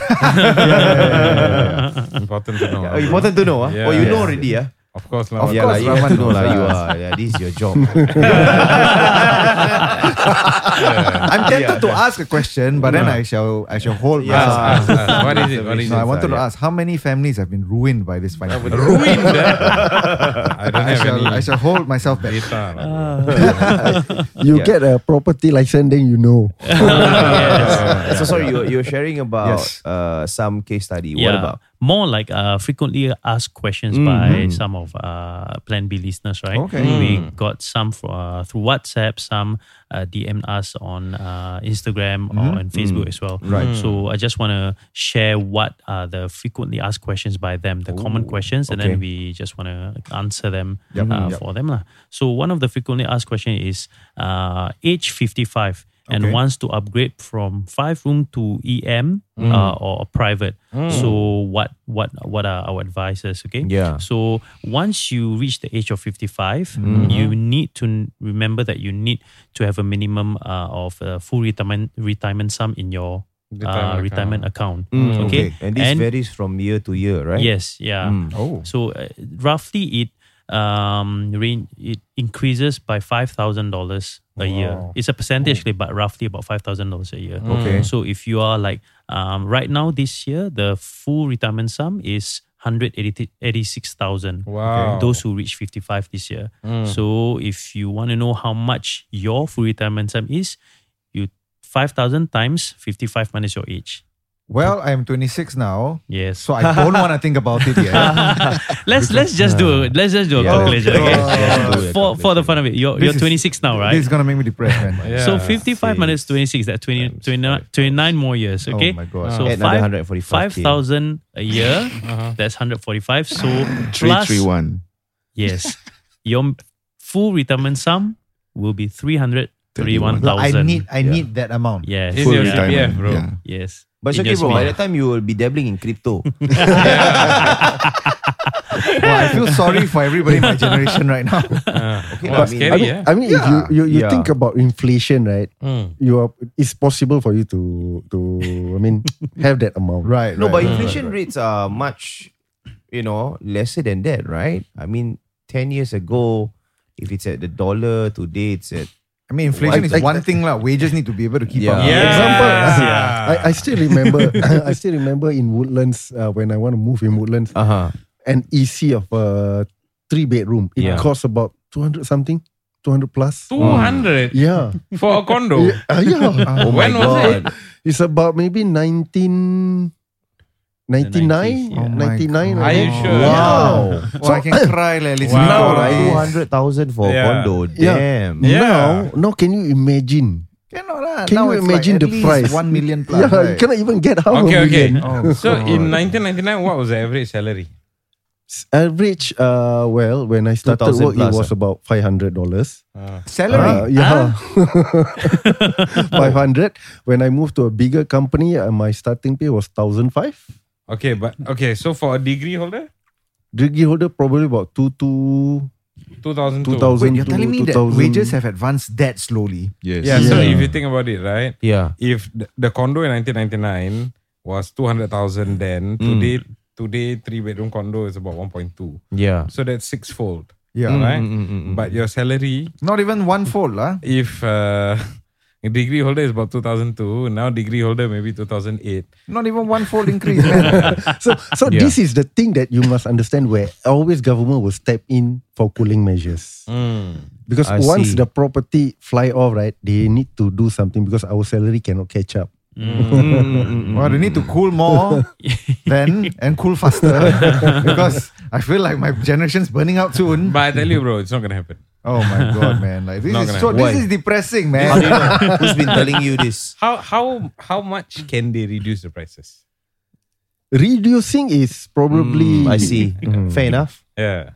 Speaker 3: Important to
Speaker 1: [laughs]
Speaker 3: know.
Speaker 1: Oh, important to know, ah.
Speaker 3: Yeah.
Speaker 1: Oh, you know
Speaker 3: Yeah.
Speaker 1: already, ah.
Speaker 3: Of course, lah.
Speaker 2: Of
Speaker 1: yeah,
Speaker 2: course,
Speaker 3: [laughs]
Speaker 1: like, you have to
Speaker 2: Rahman
Speaker 1: know,
Speaker 2: knows,
Speaker 1: lah.
Speaker 2: lah.
Speaker 1: you are, yeah, this is your
Speaker 2: [laughs]
Speaker 1: job. [laughs]
Speaker 2: I'm tempted to ask a question, but then I shall I shall hold
Speaker 3: Ask,
Speaker 2: myself.
Speaker 3: ask, ask. [laughs] uh, What is it? What is
Speaker 2: No, I
Speaker 3: it?
Speaker 2: wanted to
Speaker 1: yeah.
Speaker 2: ask how many families have been ruined by this fine. print?
Speaker 3: Ruined. eh? I don't
Speaker 2: I
Speaker 3: have
Speaker 2: shall
Speaker 3: any
Speaker 2: I shall hold myself back.
Speaker 3: data.
Speaker 9: Uh,
Speaker 3: lah.
Speaker 10: You
Speaker 1: Yeah.
Speaker 10: get a property license, then you know.
Speaker 1: so sorry, you you were sharing about
Speaker 2: Yes.
Speaker 1: uh, some case study.
Speaker 9: Yeah.
Speaker 1: What about?
Speaker 9: More like uh, frequently asked questions by some of uh, Plan B listeners, right?
Speaker 2: Okay.
Speaker 9: We got some fro- uh, through WhatsApp, some uh, DM us on uh, Instagram or on Facebook as well. Right. So I just want to share what are the frequently asked questions by them, the common questions, and then we just want to answer them uh, for them. lah. So one of the frequently asked question is uh, age 55 and
Speaker 2: Okay.
Speaker 9: wants to upgrade from five room to EM uh, or private. So what what what are our advices? Okay.
Speaker 1: Yeah.
Speaker 9: So once you reach the age of fifty you need to n- remember that you need to have a minimum uh, of a full retirement retirement sum in your
Speaker 3: Retirement
Speaker 9: uh,
Speaker 3: account. Mm.
Speaker 9: retirement account.
Speaker 1: Okay. And this
Speaker 9: And-
Speaker 1: varies from year to year, right?
Speaker 9: Yes. Yeah.
Speaker 2: Oh.
Speaker 9: So uh, roughly it um rain, it increases by five thousand dollars a year. It's a percentage, but roughly about five thousand dollars a year.
Speaker 1: Oh.
Speaker 9: Mm.
Speaker 1: Okay.
Speaker 9: So if you are like um right now this year, the full retirement sum is hundred eighty six thousand.
Speaker 3: Wow.
Speaker 9: Those who reach fifty five this year.
Speaker 1: Mm.
Speaker 9: So if you want to know how much your full retirement sum is, you five thousand times fifty five minus your age.
Speaker 2: Well, I'm 26 now,
Speaker 1: [laughs]
Speaker 9: Yes. [laughs]
Speaker 2: so I don't want to think about it yet.
Speaker 9: let's let's just do let's just do a
Speaker 1: Yeah.
Speaker 9: calculation.
Speaker 2: Okay.
Speaker 9: [laughs] Okay?
Speaker 1: Yeah, do a
Speaker 9: Uh, for for the fun of it, you're
Speaker 2: This
Speaker 9: you're
Speaker 2: is-
Speaker 9: 26 now, right?
Speaker 2: This is gonna make me depressed, man.
Speaker 3: Yeah.
Speaker 9: so 55 minus 26, that's 20, 29, 29 more years. Okay.
Speaker 2: Oh my God. Uh-huh.
Speaker 9: So
Speaker 1: Add another 145K.
Speaker 9: 5,000 a year. That's 145. So
Speaker 11: Three
Speaker 9: plus-
Speaker 11: three one.
Speaker 9: Yes. Your full retirement sum will be 331,000.
Speaker 2: I need I need that amount.
Speaker 9: Yes.
Speaker 3: This is your
Speaker 9: yeah,
Speaker 3: CPF, bro.
Speaker 11: Yeah.
Speaker 9: Yes.
Speaker 1: But it's
Speaker 9: In
Speaker 1: okay,
Speaker 9: your
Speaker 1: bro. By
Speaker 9: CPF.
Speaker 1: the time you will be dabbling in crypto.
Speaker 2: Wow, I feel sorry for everybody in my generation right now. [laughs]
Speaker 1: Okay, I
Speaker 3: Wow,
Speaker 1: mean, I mean-
Speaker 3: scary,
Speaker 10: I mean,
Speaker 3: yeah.
Speaker 10: I mean
Speaker 2: Yeah.
Speaker 10: if you, you, you
Speaker 2: Yeah.
Speaker 10: think about inflation, right?
Speaker 11: Mm.
Speaker 10: You are it's possible for you to to I mean have that amount.
Speaker 2: Right.
Speaker 1: no,
Speaker 2: right,
Speaker 1: but
Speaker 2: right,
Speaker 1: inflation
Speaker 2: right,
Speaker 1: rates are much, you know, lesser than that, right? I mean, 10 years ago, if it's at the dollar, today it's at.
Speaker 2: I mean, inflation is
Speaker 10: Like-
Speaker 2: one thing, lah. Wages need to be able to keep
Speaker 1: Yeah.
Speaker 2: up.
Speaker 3: Yeah.
Speaker 10: Example, uh,
Speaker 3: Yeah.
Speaker 10: I, I still remember [laughs] I still remember in Woodlands uh, when I want to move in Woodlands,
Speaker 1: Uh
Speaker 2: Uh-huh.
Speaker 1: huh.
Speaker 10: an EC of a three bedroom. It
Speaker 1: Yeah.
Speaker 10: costs about two hundred something, two hundred plus.
Speaker 3: 200
Speaker 10: Yeah.
Speaker 3: for a
Speaker 10: [laughs]
Speaker 3: condo.
Speaker 10: Yeah, uh,
Speaker 3: [laughs]
Speaker 10: yeah.
Speaker 1: Oh
Speaker 3: When
Speaker 1: my
Speaker 3: was
Speaker 1: God.
Speaker 10: It's about maybe 1999,
Speaker 9: 90s, yeah.
Speaker 2: Oh my
Speaker 10: 99.
Speaker 2: God.
Speaker 3: Are you
Speaker 10: Yeah.
Speaker 3: sure?
Speaker 2: Wow.
Speaker 10: Yeah.
Speaker 2: So I can cry, lah. listening
Speaker 3: Wow.
Speaker 2: to all
Speaker 3: Right.
Speaker 2: this.
Speaker 1: 200,000 for
Speaker 3: Yeah.
Speaker 1: a condo.
Speaker 10: Yeah.
Speaker 1: Damn.
Speaker 3: Yeah.
Speaker 10: Now, now can you imagine?
Speaker 2: Cannot, lah.
Speaker 10: Can
Speaker 2: now
Speaker 10: you
Speaker 2: it's
Speaker 10: imagine
Speaker 2: like
Speaker 10: the
Speaker 2: at least
Speaker 10: price?
Speaker 2: One million plus.
Speaker 10: yeah, you
Speaker 2: right?
Speaker 10: cannot even get half
Speaker 3: Okay,
Speaker 10: a
Speaker 3: okay.
Speaker 10: million.
Speaker 2: Oh,
Speaker 3: [laughs] So in
Speaker 2: God.
Speaker 3: 1999, what was the average salary?
Speaker 10: Average, uh, well, when I started
Speaker 1: 2000
Speaker 10: work,
Speaker 1: plus,
Speaker 10: it was
Speaker 2: eh?
Speaker 1: ah.
Speaker 10: about five hundred dollars. Ah. Uh,
Speaker 2: salary.
Speaker 3: [laughs]
Speaker 10: yeah, [laughs] five hundred. When I moved to a bigger company, uh, my starting pay was thousand five.
Speaker 3: Okay, but okay, so for a degree holder,
Speaker 10: Degree holder probably about two two
Speaker 3: 2002.
Speaker 10: two thousand.
Speaker 2: Wait, you're telling me that wages have advanced that slowly?
Speaker 1: Yes.
Speaker 3: Yeah, so if
Speaker 10: Yeah.
Speaker 3: you think about it, right?
Speaker 1: Yeah.
Speaker 3: If the, the condo in 1999 was 200,000
Speaker 1: Mm.
Speaker 3: then, today today three bedroom condo is about 1.2.
Speaker 1: Yeah.
Speaker 3: So that's sixfold,
Speaker 2: Yeah.
Speaker 3: right?
Speaker 1: Mm, mm, mm, mm.
Speaker 3: But your salary
Speaker 2: Not even one fold, lah.
Speaker 3: if uh, [laughs] degree holder is about 2002, now degree holder maybe 2008.
Speaker 2: Not even one fold increase. man.
Speaker 10: so so
Speaker 1: Yeah.
Speaker 10: this is the thing that you must understand where always government will step in for cooling measures because
Speaker 1: Hmm. I see.
Speaker 10: once the property fly off right they need to do something because our salary cannot catch up
Speaker 2: well, they need to cool more then and cool faster because I feel like my generation's burning out soon.
Speaker 3: But I tell you, bro, it's not gonna happen.
Speaker 2: Oh my god, man! Like this
Speaker 3: Not
Speaker 2: is
Speaker 3: gonna
Speaker 2: so.
Speaker 1: happen.
Speaker 2: This is depressing,
Speaker 1: How do
Speaker 2: man.
Speaker 1: you know? [laughs] Who's been telling you this?
Speaker 3: How how how much can they reduce the prices?
Speaker 10: reducing is probably Mm-hmm.
Speaker 1: Mm, I see. Fair enough.
Speaker 3: Yeah.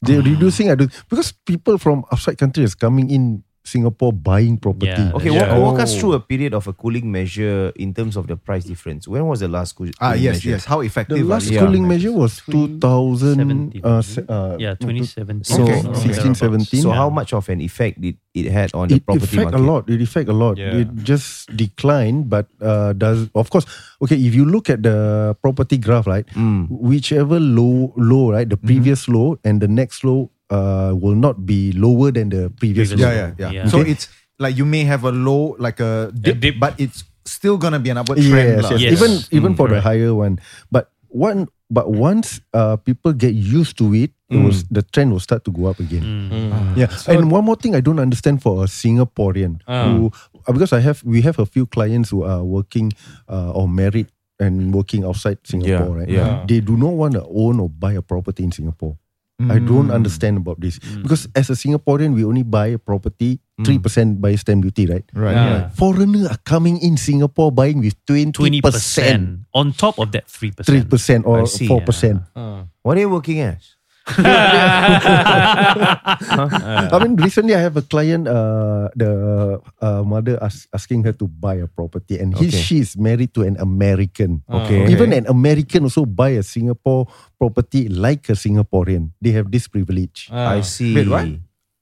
Speaker 10: they're reducing I don't- because people from outside country is coming in Singapore buying property
Speaker 9: Yeah.
Speaker 1: Okay,
Speaker 3: Yeah.
Speaker 1: walk, walk
Speaker 2: Oh.
Speaker 1: us through a period of a cooling measure in terms of the price difference. When was the last coo- cooling
Speaker 2: [laughs] Ah yes,
Speaker 1: measure?
Speaker 2: yes. How effective?
Speaker 10: the
Speaker 2: are
Speaker 10: last
Speaker 2: these
Speaker 10: cooling measure
Speaker 2: measures?
Speaker 10: was 2000
Speaker 9: 2017,
Speaker 10: uh, se- uh,
Speaker 9: Yeah, 2017.
Speaker 10: So,
Speaker 9: around thereabouts.
Speaker 10: 16, 17.
Speaker 1: So
Speaker 9: Yeah.
Speaker 1: how much of an effect did it had on the
Speaker 10: it
Speaker 1: property
Speaker 10: affect
Speaker 1: market?
Speaker 10: a lot. It affect a lot.
Speaker 3: Yeah.
Speaker 10: It just decline, but uh, does of course. Okay, if you look at the property graph, right,
Speaker 1: Mm.
Speaker 10: whichever low low, right, the
Speaker 1: Mm-hmm.
Speaker 10: previous low and the next low uh, will not be lower than the previous.
Speaker 9: Previous
Speaker 10: low.
Speaker 2: Yeah, yeah, yeah.
Speaker 9: Yeah.
Speaker 2: So
Speaker 10: Okay.
Speaker 2: it's like you may have a low, like a dip,
Speaker 3: dip.
Speaker 2: but it's still gonna be an upward trend.
Speaker 10: Yes,
Speaker 2: lah.
Speaker 10: yes.
Speaker 9: Yes.
Speaker 10: Even even
Speaker 9: Mm,
Speaker 10: for the
Speaker 9: correct.
Speaker 10: higher one, but one but once uh, people get used to it, it
Speaker 9: Mm.
Speaker 10: will s- the trend will start to go up again.
Speaker 2: Mm.
Speaker 10: Ah.
Speaker 2: Ah.
Speaker 10: Yeah, and one more thing I don't understand for a Singaporean
Speaker 9: Ah.
Speaker 10: who uh, because I have we have a few clients who are working uh, or married and working outside Singapore, right?
Speaker 1: yeah.
Speaker 10: They do not want to own or buy a property in Singapore. I
Speaker 1: Mm.
Speaker 10: don't understand about this because as a Singaporean, we only buy a property
Speaker 1: Mm.
Speaker 10: three percent by stamp duty, right?
Speaker 2: Right.
Speaker 9: Yeah.
Speaker 2: right.
Speaker 10: Foreigner are coming in Singapore buying with twenty
Speaker 9: 20%
Speaker 10: percent,
Speaker 9: on top of that 3%.
Speaker 10: three
Speaker 1: I
Speaker 10: percent or
Speaker 1: see,
Speaker 10: four percent.
Speaker 1: What are you working as?
Speaker 10: I mean, recently I have a client. Uh, the uh, mother ask, asking her to buy a property, and he
Speaker 1: Okay.
Speaker 10: she is married to an American.
Speaker 2: Ah,
Speaker 1: Okay.
Speaker 10: Even an American also buy a Singapore property like a Singaporean. They have this privilege.
Speaker 2: Ah.
Speaker 1: I see.
Speaker 2: Wait, what?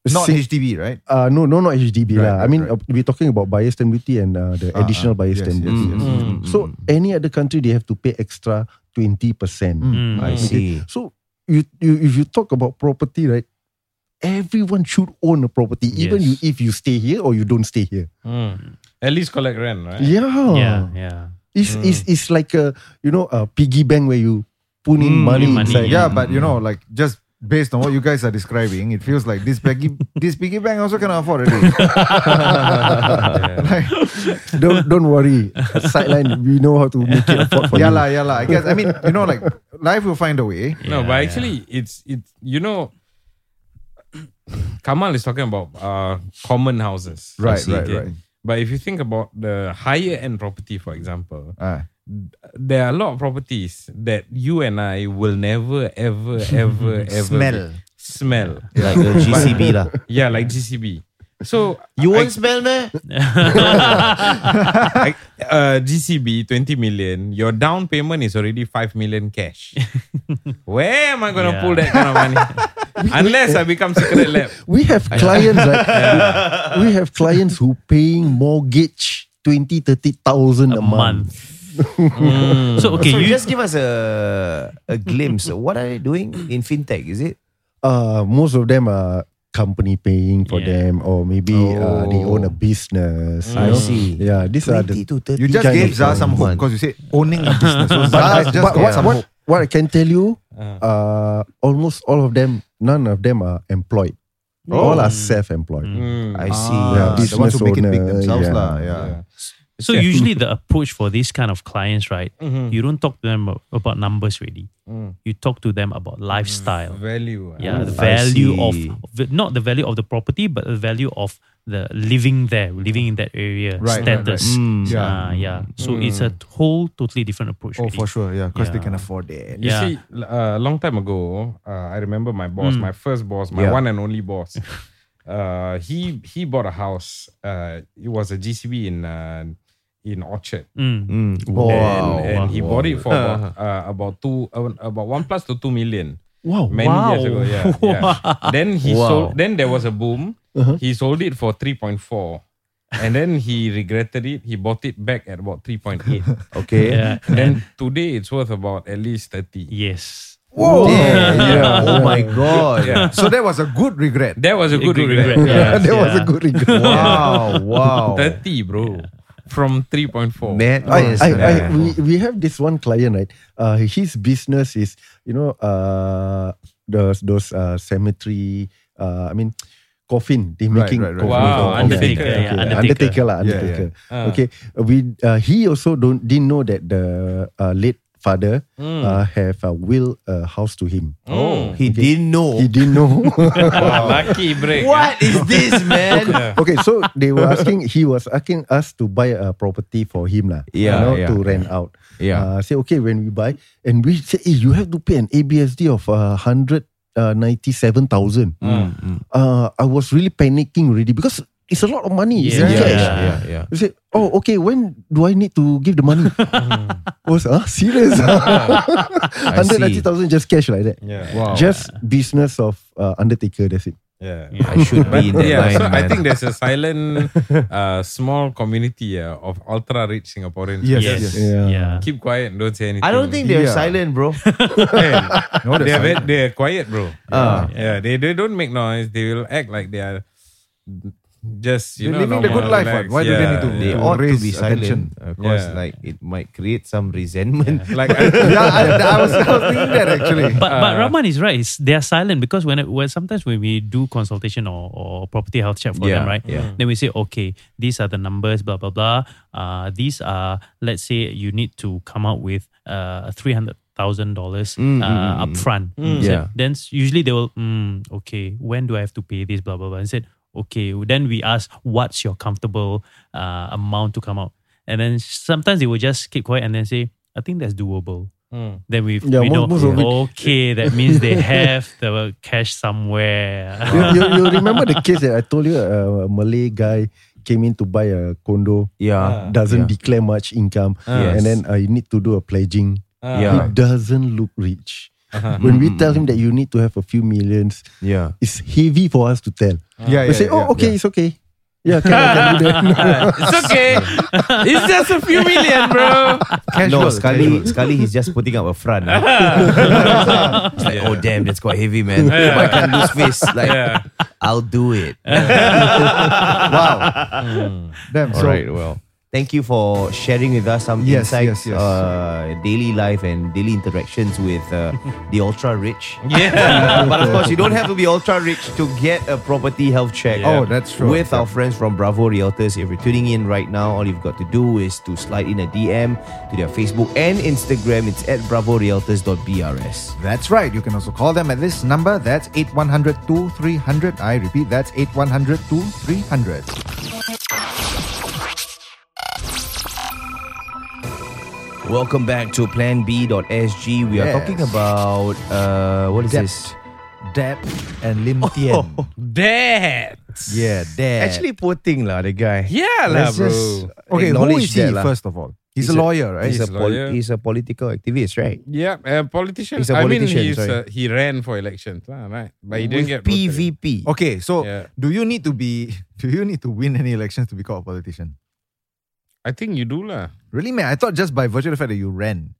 Speaker 2: Not
Speaker 10: Sing-
Speaker 2: HDB, right?
Speaker 10: uh, no, no, not HDB
Speaker 2: Right,
Speaker 10: lah. I
Speaker 2: right,
Speaker 10: mean,
Speaker 2: right.
Speaker 10: uh, we're talking about buyer's stamp duty and uh, the
Speaker 2: Ah,
Speaker 10: additional
Speaker 2: ah,
Speaker 10: buyer's
Speaker 2: yes,
Speaker 10: stamp
Speaker 2: yes,
Speaker 10: duty.
Speaker 2: yes.
Speaker 1: Mm.
Speaker 2: Mm.
Speaker 10: So any other country they have to pay extra twenty percent.
Speaker 9: Mm.
Speaker 1: I see.
Speaker 10: So you, you if you talk about property, right? Everyone should own a property, even you
Speaker 9: Yes.
Speaker 10: if you stay here or you don't stay here.
Speaker 3: Mm. At least collect rent, right?
Speaker 10: Yeah,
Speaker 9: Yeah, yeah.
Speaker 10: It's, it's it's like a you know a piggy bank where you put in money,
Speaker 9: money,
Speaker 10: inside.
Speaker 2: Yeah, but you know, like just based on what you guys are describing, it feels like this
Speaker 10: [laughs]
Speaker 2: piggy, this piggy bank also cannot afford it. eh?
Speaker 10: Don't don't worry. Sideline, we know how to make it afford for
Speaker 2: yeah
Speaker 10: you.
Speaker 2: lah, yeah lah. I guess I mean, you know, like life will find a way.
Speaker 3: No,
Speaker 9: Yeah,
Speaker 3: but
Speaker 9: yeah.
Speaker 3: actually, it's it's you know, Kamal is talking about uh, common houses,
Speaker 2: Right, right,
Speaker 3: Okay.
Speaker 2: right.
Speaker 3: But if you think about the higher end property, for example,
Speaker 2: Ah.
Speaker 3: there are a lot of properties that you and I will never, ever, ever, ever
Speaker 2: Smell.
Speaker 3: smell.
Speaker 1: Like a GCB lah.
Speaker 3: Yeah, like GCB. So
Speaker 1: You
Speaker 3: I-
Speaker 1: won't smell, man.
Speaker 3: I- uh, GCB 20 million, your down payment is already 5 million cash. Where am I going to
Speaker 9: Yeah.
Speaker 3: pull that kind of money? Unless I become secret lab.
Speaker 10: We have clients like we have clients who paying mortgage 20 30,000 a,
Speaker 9: a
Speaker 10: month.
Speaker 9: month. Mm. So okay,
Speaker 1: So
Speaker 9: you,
Speaker 1: just give us a a glimpse. what are they doing in fintech? Is it?
Speaker 10: Uh most of them are company paying for
Speaker 9: Yeah.
Speaker 10: them or maybe uh, they own a business. you
Speaker 1: Oh. I
Speaker 10: know?
Speaker 1: see.
Speaker 10: Yeah, these are the
Speaker 1: Twenty to thirty.
Speaker 2: You just
Speaker 10: kind
Speaker 2: gave
Speaker 10: of
Speaker 2: Zah some hope
Speaker 1: someone.
Speaker 2: because you said owning
Speaker 10: [laughs]
Speaker 2: a business. So
Speaker 10: but,
Speaker 2: Zah
Speaker 10: I-
Speaker 2: just
Speaker 10: but
Speaker 2: got
Speaker 10: what,
Speaker 2: some
Speaker 10: what,
Speaker 2: hope.
Speaker 10: what I can tell you,
Speaker 3: Uh.
Speaker 10: uh, almost all of them, none of them are employed.
Speaker 1: Oh.
Speaker 10: All are self-employed.
Speaker 1: I see.
Speaker 10: Yeah,
Speaker 2: Hmm. Ah, the ones who make it big
Speaker 10: uh, business owner,
Speaker 2: themselves,
Speaker 10: yeah.
Speaker 2: lah. Yeah.
Speaker 9: so usually the approach for these kind of clients, right?
Speaker 2: Mm-hmm.
Speaker 9: You don't talk to them ab- about numbers really.
Speaker 2: Mm.
Speaker 9: You talk to them about lifestyle.
Speaker 3: Value. ah.
Speaker 9: Yeah, the
Speaker 1: I
Speaker 9: value of
Speaker 1: see.
Speaker 9: the- not the value of the property, but the value of the living there, living in that area,
Speaker 2: Right, right, right.
Speaker 9: status.
Speaker 2: Yeah. Mm.
Speaker 9: Ah, yeah. So it's a whole totally different approach.
Speaker 2: Oh,
Speaker 9: really.
Speaker 2: for sure. Yeah, because they can
Speaker 9: Yeah.
Speaker 2: afford it.
Speaker 3: You
Speaker 9: Yeah.
Speaker 3: see, l- uh, a long time ago, uh, I remember my boss, my first boss, my
Speaker 1: Yeah.
Speaker 3: one and only boss. [laughs] uh, he he bought a house. Uh, it was a GCB in uh, in Orchard.
Speaker 9: Mm.
Speaker 3: and, and he
Speaker 1: Wow.
Speaker 3: bought it for about, uh, about two uh, about one plus to two million.
Speaker 10: Wow.
Speaker 3: many years ago. Yeah, yeah. Then he
Speaker 1: Wow.
Speaker 3: sold. Then there was a boom. He sold it for three point four, and then he regretted it. He bought it back at about three point eight.
Speaker 1: [laughs] Okay.
Speaker 9: Yeah.
Speaker 3: then today it's worth about at least thirty.
Speaker 9: Yes.
Speaker 2: Whoa.
Speaker 1: Damn. [laughs] Oh my god.
Speaker 3: Yeah.
Speaker 2: So that was a good regret.
Speaker 3: That was a good,
Speaker 9: good
Speaker 3: regret.
Speaker 9: regret, yeah.
Speaker 10: that was a
Speaker 9: Yeah.
Speaker 10: [laughs] good regret.
Speaker 2: Wow, wow.
Speaker 3: Thirty, bro, from three point
Speaker 2: Oh,
Speaker 3: four.
Speaker 10: I,
Speaker 1: Madness.
Speaker 10: I, I,
Speaker 1: man.
Speaker 10: we, we have this one client, right? Uh, his business is, you know, uh, those those uh, cemetery. Uh, I mean, coffin. They
Speaker 2: Right,
Speaker 10: making
Speaker 2: right, right.
Speaker 10: coffin
Speaker 3: Wow,
Speaker 10: for- for
Speaker 3: undertaker, Ah.
Speaker 10: people.
Speaker 9: yeah,
Speaker 10: Okay,
Speaker 9: undertaker.
Speaker 10: undertaker, lah,
Speaker 2: Yeah,
Speaker 10: undertaker.
Speaker 3: yeah.
Speaker 10: Okay, we uh, he also don't didn't know that the uh, late father uh, have a will a house to him.
Speaker 3: Hmm. Oh,
Speaker 1: He didn't know.
Speaker 10: He didn't know.
Speaker 3: lucky break.
Speaker 1: What is this, [laughs] man?
Speaker 10: okay, so they were asking. He was asking us to buy a property for him, lah.
Speaker 1: Yeah,
Speaker 10: you know,
Speaker 1: yeah,
Speaker 10: to rent out.
Speaker 1: Yeah.
Speaker 10: Uh, say okay when we buy, and we say, hey, you have to pay an ABSD of uh, hundred ninety-seven thousand. Uh, I was really panicking already because it's a lot of money. It's in
Speaker 9: Yeah.
Speaker 10: cash.
Speaker 2: Uh,
Speaker 9: Yeah.
Speaker 1: yeah.
Speaker 10: You say, oh, okay. When do I need to give the money? I was ah serious? Hundred ninety thousand just cash like that.
Speaker 3: Yeah.
Speaker 10: Just business of uh, undertaker. That's it.
Speaker 3: Yeah.
Speaker 1: I should be in that
Speaker 3: yeah,
Speaker 1: line,
Speaker 3: so I
Speaker 1: man.
Speaker 3: think there's a silent, uh, small community uh, of ultra rich Singaporeans.
Speaker 2: Yes,
Speaker 9: Yes.
Speaker 2: yes.
Speaker 10: Yeah.
Speaker 9: Yeah.
Speaker 3: Keep quiet and don't say anything.
Speaker 1: I don't think they're
Speaker 2: Yeah.
Speaker 1: silent, bro.
Speaker 2: [laughs] No, that's right.
Speaker 3: they're, very, they're quiet, bro.
Speaker 1: Ah.
Speaker 2: Uh.
Speaker 3: yeah, they, they don't make noise. They will act like they are just, you
Speaker 2: They're
Speaker 3: know,
Speaker 2: living the
Speaker 3: normal,
Speaker 2: good life. what?
Speaker 3: relaxed.
Speaker 2: Why do they need to,
Speaker 1: Uh, They
Speaker 2: [laughs] to
Speaker 1: ought to
Speaker 2: raise
Speaker 1: be
Speaker 2: attention?
Speaker 1: silent. Of course,
Speaker 3: Yeah.
Speaker 1: like it might create some resentment.
Speaker 3: Like, [laughs]
Speaker 2: [laughs]
Speaker 3: I,
Speaker 2: yeah, I, I, was, I was thinking that
Speaker 1: [laughs]
Speaker 2: actually.
Speaker 9: But but
Speaker 3: Uh,
Speaker 9: Rahman is right. It's, they are silent because when, it, when sometimes when we do consultation or, or property health check for
Speaker 1: Yeah,
Speaker 9: them, right?
Speaker 1: yeah.
Speaker 9: Then we say, okay, these are the numbers, blah blah blah. Uh, these are let's say you need to come out with uh three hundred thousand dollars
Speaker 1: Mm,
Speaker 9: uh, upfront. So
Speaker 1: Yeah.
Speaker 9: Then s- usually they will, mm, okay, when do I have to pay this? Blah blah blah. And said, okay. Then we ask, what's your comfortable uh, amount to come out? And then sometimes they will just keep quiet and then say, I think that's doable. Then we
Speaker 10: Yeah,
Speaker 9: we
Speaker 10: most-
Speaker 9: know,
Speaker 10: most of it-
Speaker 9: okay, that means they have the cash somewhere.
Speaker 10: you, you, you remember the case that I told you uh, a Malay guy came in to buy a condo,
Speaker 1: Yeah.
Speaker 10: doesn't
Speaker 1: yeah.
Speaker 10: declare much income,
Speaker 1: Yes.
Speaker 10: and then uh, you need to do a pledging.
Speaker 3: Uh,
Speaker 1: Yeah.
Speaker 10: He doesn't look rich.
Speaker 3: uh-huh.
Speaker 2: Mm-hmm.
Speaker 10: When we tell him that you need to have a few millions,
Speaker 1: Yeah.
Speaker 10: it's heavy for us to tell.
Speaker 2: yeah,
Speaker 10: we say, oh,
Speaker 2: yeah,
Speaker 10: okay,
Speaker 2: yeah.
Speaker 10: it's okay. Yeah, can, can do
Speaker 2: [laughs]
Speaker 10: that.
Speaker 3: it's okay. it's just a few million,
Speaker 1: [laughs]
Speaker 3: bro.
Speaker 1: [laughs] no, Scully, Scully, he's just putting up a front.
Speaker 2: [laughs]
Speaker 1: ah. It's like, oh damn, that's quite heavy, man. But I can't lose face. Like,
Speaker 3: Yeah.
Speaker 1: I'll do it.
Speaker 2: wow. Damn.
Speaker 1: All
Speaker 2: so,
Speaker 1: right, well. Thank you for sharing with us some
Speaker 2: Yes,
Speaker 1: insights,
Speaker 2: yes, yes.
Speaker 1: Uh, daily life and daily interactions with uh, the ultra rich.
Speaker 3: Yeah.
Speaker 1: but of course, you don't have to be ultra rich to get a property health check.
Speaker 2: Oh, that's true.
Speaker 1: With our friends from Bravo Realtors. If you're tuning in right now, all you've got to do is to slide in a DM to their Facebook and Instagram. It's at bravorealtors.brs.
Speaker 2: That's right. You can also call them at this number. That's 8100 2300. I repeat, that's 8100 2300.
Speaker 1: Welcome back to Plan B.sg. We are
Speaker 2: Yes.
Speaker 1: talking about uh, what is
Speaker 2: Debt.
Speaker 1: this?
Speaker 2: Deb, and Lim [laughs] Tien.
Speaker 3: That.
Speaker 2: [laughs] Yeah, Deb.
Speaker 1: Actually, poor thing lah, the guy.
Speaker 3: Yeah, lah,
Speaker 1: Let's
Speaker 3: bro.
Speaker 1: just-
Speaker 2: okay, who
Speaker 1: acknowledge
Speaker 2: is he,
Speaker 1: that lah.
Speaker 2: first of all? He's, a lawyer, right?
Speaker 1: He's,
Speaker 3: He's
Speaker 1: a
Speaker 3: a
Speaker 1: pol-
Speaker 3: lawyer.
Speaker 1: he's a political activist, right?
Speaker 3: Yeah, uh, politician.
Speaker 1: He's a
Speaker 3: I
Speaker 1: politician,
Speaker 3: mean, he's,
Speaker 1: sorry.
Speaker 3: uh, he ran for elections, lah, right? But he didn't
Speaker 1: With
Speaker 3: get voted.
Speaker 1: PVP.
Speaker 2: Okay, so
Speaker 3: Yeah.
Speaker 2: do you need to be [laughs] do you need to win any elections to be called a politician?
Speaker 3: I think you do, lah.
Speaker 2: Really, man? I thought just by virtue of the fact that you ran.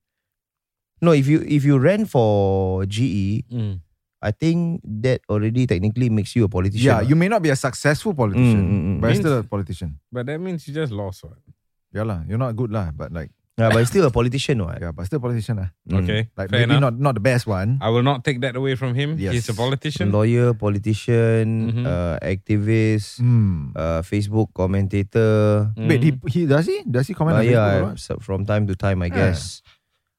Speaker 1: No, if you if you ran for GE,
Speaker 2: Mm.
Speaker 1: I think that already technically makes you a politician.
Speaker 2: yeah,
Speaker 1: lah.
Speaker 2: you may not be a successful politician,
Speaker 1: Mm, mm, mm.
Speaker 2: but you're
Speaker 3: Means-
Speaker 2: still a politician.
Speaker 3: But that means you just lost one.
Speaker 2: Yeah, lah. You're not good, lah. But like,
Speaker 1: Yeah, Ah, but he's still a politician, what?
Speaker 2: yeah, but still a politician, lah.
Speaker 1: Mm.
Speaker 3: Okay,
Speaker 2: Like
Speaker 3: fair
Speaker 2: maybe not
Speaker 3: enough.
Speaker 2: not the best one.
Speaker 3: I will not take that away from him.
Speaker 2: Yes.
Speaker 3: He's a politician.
Speaker 1: Lawyer, politician,
Speaker 3: Mhm.
Speaker 1: uh, activist,
Speaker 2: Hmm.
Speaker 1: uh, Facebook commentator.
Speaker 3: Mm.
Speaker 2: Wait, he, he does he does he comment
Speaker 1: But
Speaker 2: on Facebook Ah. a
Speaker 1: yeah,
Speaker 2: lot?
Speaker 1: so- from time to time, I guess.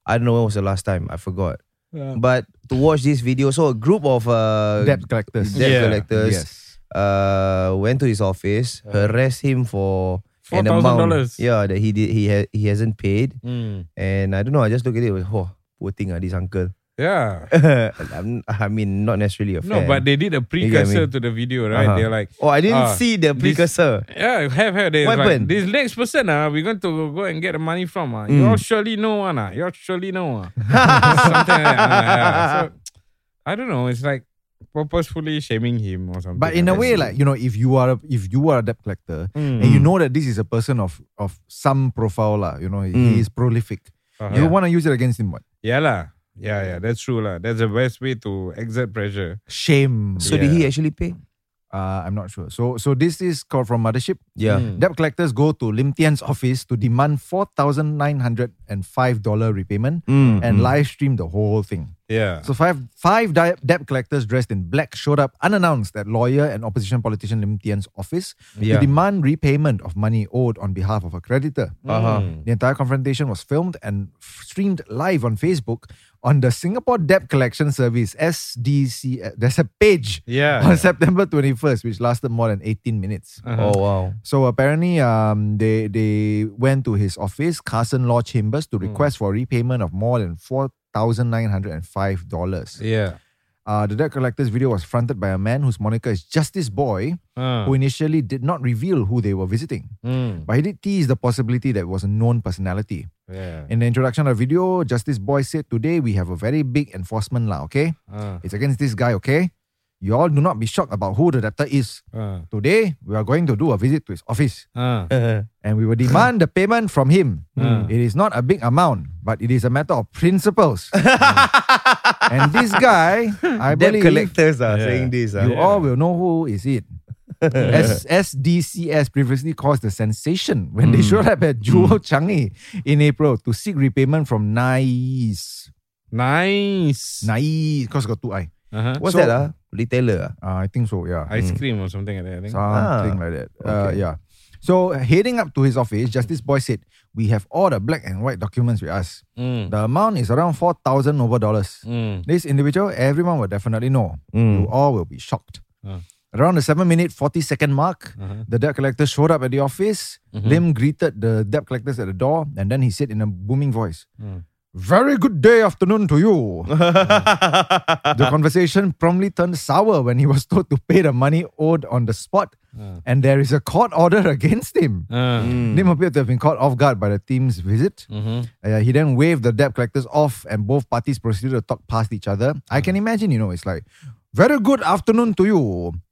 Speaker 1: I don't know when was the last time. I forgot.
Speaker 3: Yeah.
Speaker 1: But to watch this video, so a group of uh,
Speaker 2: Debt collectors.
Speaker 1: debt
Speaker 3: Yeah.
Speaker 1: collectors
Speaker 2: Yes.
Speaker 1: uh, went to his office, harassed him for an amount,
Speaker 3: $4,000.
Speaker 1: yeah, that he did he ha- he hasn't paid,
Speaker 3: Mm.
Speaker 1: and I don't know. I just look at it, like, oh, poor thing, ah, this uncle. [laughs]
Speaker 3: Yeah.
Speaker 1: I'm, I mean, not necessarily a fan.
Speaker 3: No, but they did a precursor
Speaker 1: mean?
Speaker 3: to the video, right?
Speaker 1: Uh-huh.
Speaker 3: They're like,
Speaker 1: oh, I didn't
Speaker 3: ah,
Speaker 1: see the
Speaker 3: this-
Speaker 1: precursor.
Speaker 3: yeah, have her there.
Speaker 1: What
Speaker 3: Like,
Speaker 1: happened? Mm.
Speaker 3: this next person, ah, we're going to go and get the money from. Ah. You all surely know one. Ah. [laughs] You all surely know one. Something like that. ah, yeah. So, I don't know. It's like purposefully shaming him or something.
Speaker 2: But in a
Speaker 3: like
Speaker 2: way,
Speaker 3: that.
Speaker 2: like you know, if you are a, if you are a debt collector
Speaker 3: Mm.
Speaker 2: and you know that this is a person of of some profile, lah, you know, he is prolific.
Speaker 3: Uh-huh.
Speaker 2: You want to use it against him, what?
Speaker 3: Yeah, lah. Yeah, yeah, that's true, lah. That's the best way to exert pressure.
Speaker 2: Shame.
Speaker 1: So did he actually pay?
Speaker 2: Uh, I'm not sure. So so this is called from Mothership.
Speaker 1: Yeah.
Speaker 2: Debt collectors go to Lim Tian's office to demand four thousand nine hundred and five dollar repayment and live stream the whole thing.
Speaker 1: [laughs]
Speaker 3: Yeah.
Speaker 2: So five five di- debt collectors dressed in black showed up unannounced at lawyer and opposition politician Lim Tian's office
Speaker 1: Yeah.
Speaker 2: to demand repayment of money owed on behalf of a creditor. The entire confrontation was filmed and f- streamed live on Facebook on the Singapore Debt Collection Service SDC. uh, There's a page
Speaker 3: Yeah, Uh-huh.
Speaker 2: on
Speaker 3: yeah.
Speaker 2: September 21st, which lasted more than 18 minutes.
Speaker 1: Oh wow.
Speaker 2: So apparently, um, they they went to his office, Carson Law Chambers, to request for repayment of more than four thousand nine hundred and five dollars.
Speaker 3: yeah.
Speaker 2: Uh, the debt collector's video was fronted by a man whose moniker is Justice Boy,
Speaker 3: Ah.
Speaker 2: who initially did not reveal who they were visiting,
Speaker 3: Mm.
Speaker 2: but he did tease the possibility that it was a known personality.
Speaker 3: Yeah.
Speaker 2: In the introduction of the video, Justice Boy said, "Today we have a very big enforcement law. Okay,
Speaker 3: Ah.
Speaker 2: it's against this guy. Okay, you all do not be shocked about who the debtor is.
Speaker 3: Ah.
Speaker 2: Today we are going to do a visit to his office."
Speaker 3: Ah.
Speaker 2: and we will demand the payment from him.
Speaker 3: Mm.
Speaker 2: It is not a big amount, but it is a matter of
Speaker 1: [laughs]
Speaker 2: principles. Hmm. and this guy, I
Speaker 1: Debt
Speaker 2: believe
Speaker 1: collectors are
Speaker 3: Yeah.
Speaker 1: saying this. ah.
Speaker 2: you all will know who is
Speaker 1: [laughs]
Speaker 2: it. S- SDCS previously caused a sensation when
Speaker 3: Hmm.
Speaker 2: they showed up at Jewel Changi in April to seek repayment from Nice.
Speaker 3: Nice.
Speaker 2: Nice, because got two I.
Speaker 3: Uh-huh.
Speaker 1: What's
Speaker 2: So-
Speaker 1: that? ah? Retailer. ah?
Speaker 2: Uh, I think so, yeah.
Speaker 3: Ice cream or something like that, I think.
Speaker 2: Something
Speaker 1: Ah,
Speaker 2: like that. Uh,
Speaker 1: okay.
Speaker 2: yeah. So heading up to his office, Justice Boy said, "We have all the black and white documents with us.
Speaker 3: Mm.
Speaker 2: The amount is around four thousand over dollars.
Speaker 3: Mm.
Speaker 2: This individual, everyone will definitely know. You all will be shocked."
Speaker 3: Ah.
Speaker 2: Around the 7 minute 40 second mark,
Speaker 3: Uh-huh. Mm-hmm.
Speaker 2: the debt collector showed up at the office. Lim greeted the debt collectors at the door and then he said in a booming voice,
Speaker 3: Mm.
Speaker 2: Very good day afternoon to
Speaker 3: [laughs]
Speaker 2: you. the conversation promptly turned sour when he was told to pay the money owed on the spot and there is a court order [laughs] against him.
Speaker 3: Ah.
Speaker 2: Lim appeared to have been caught off guard by the team's visit. Uh, he then waved the debt collectors off, and both parties proceeded to talk past each other. I can imagine, you know, it's like, very good afternoon to you.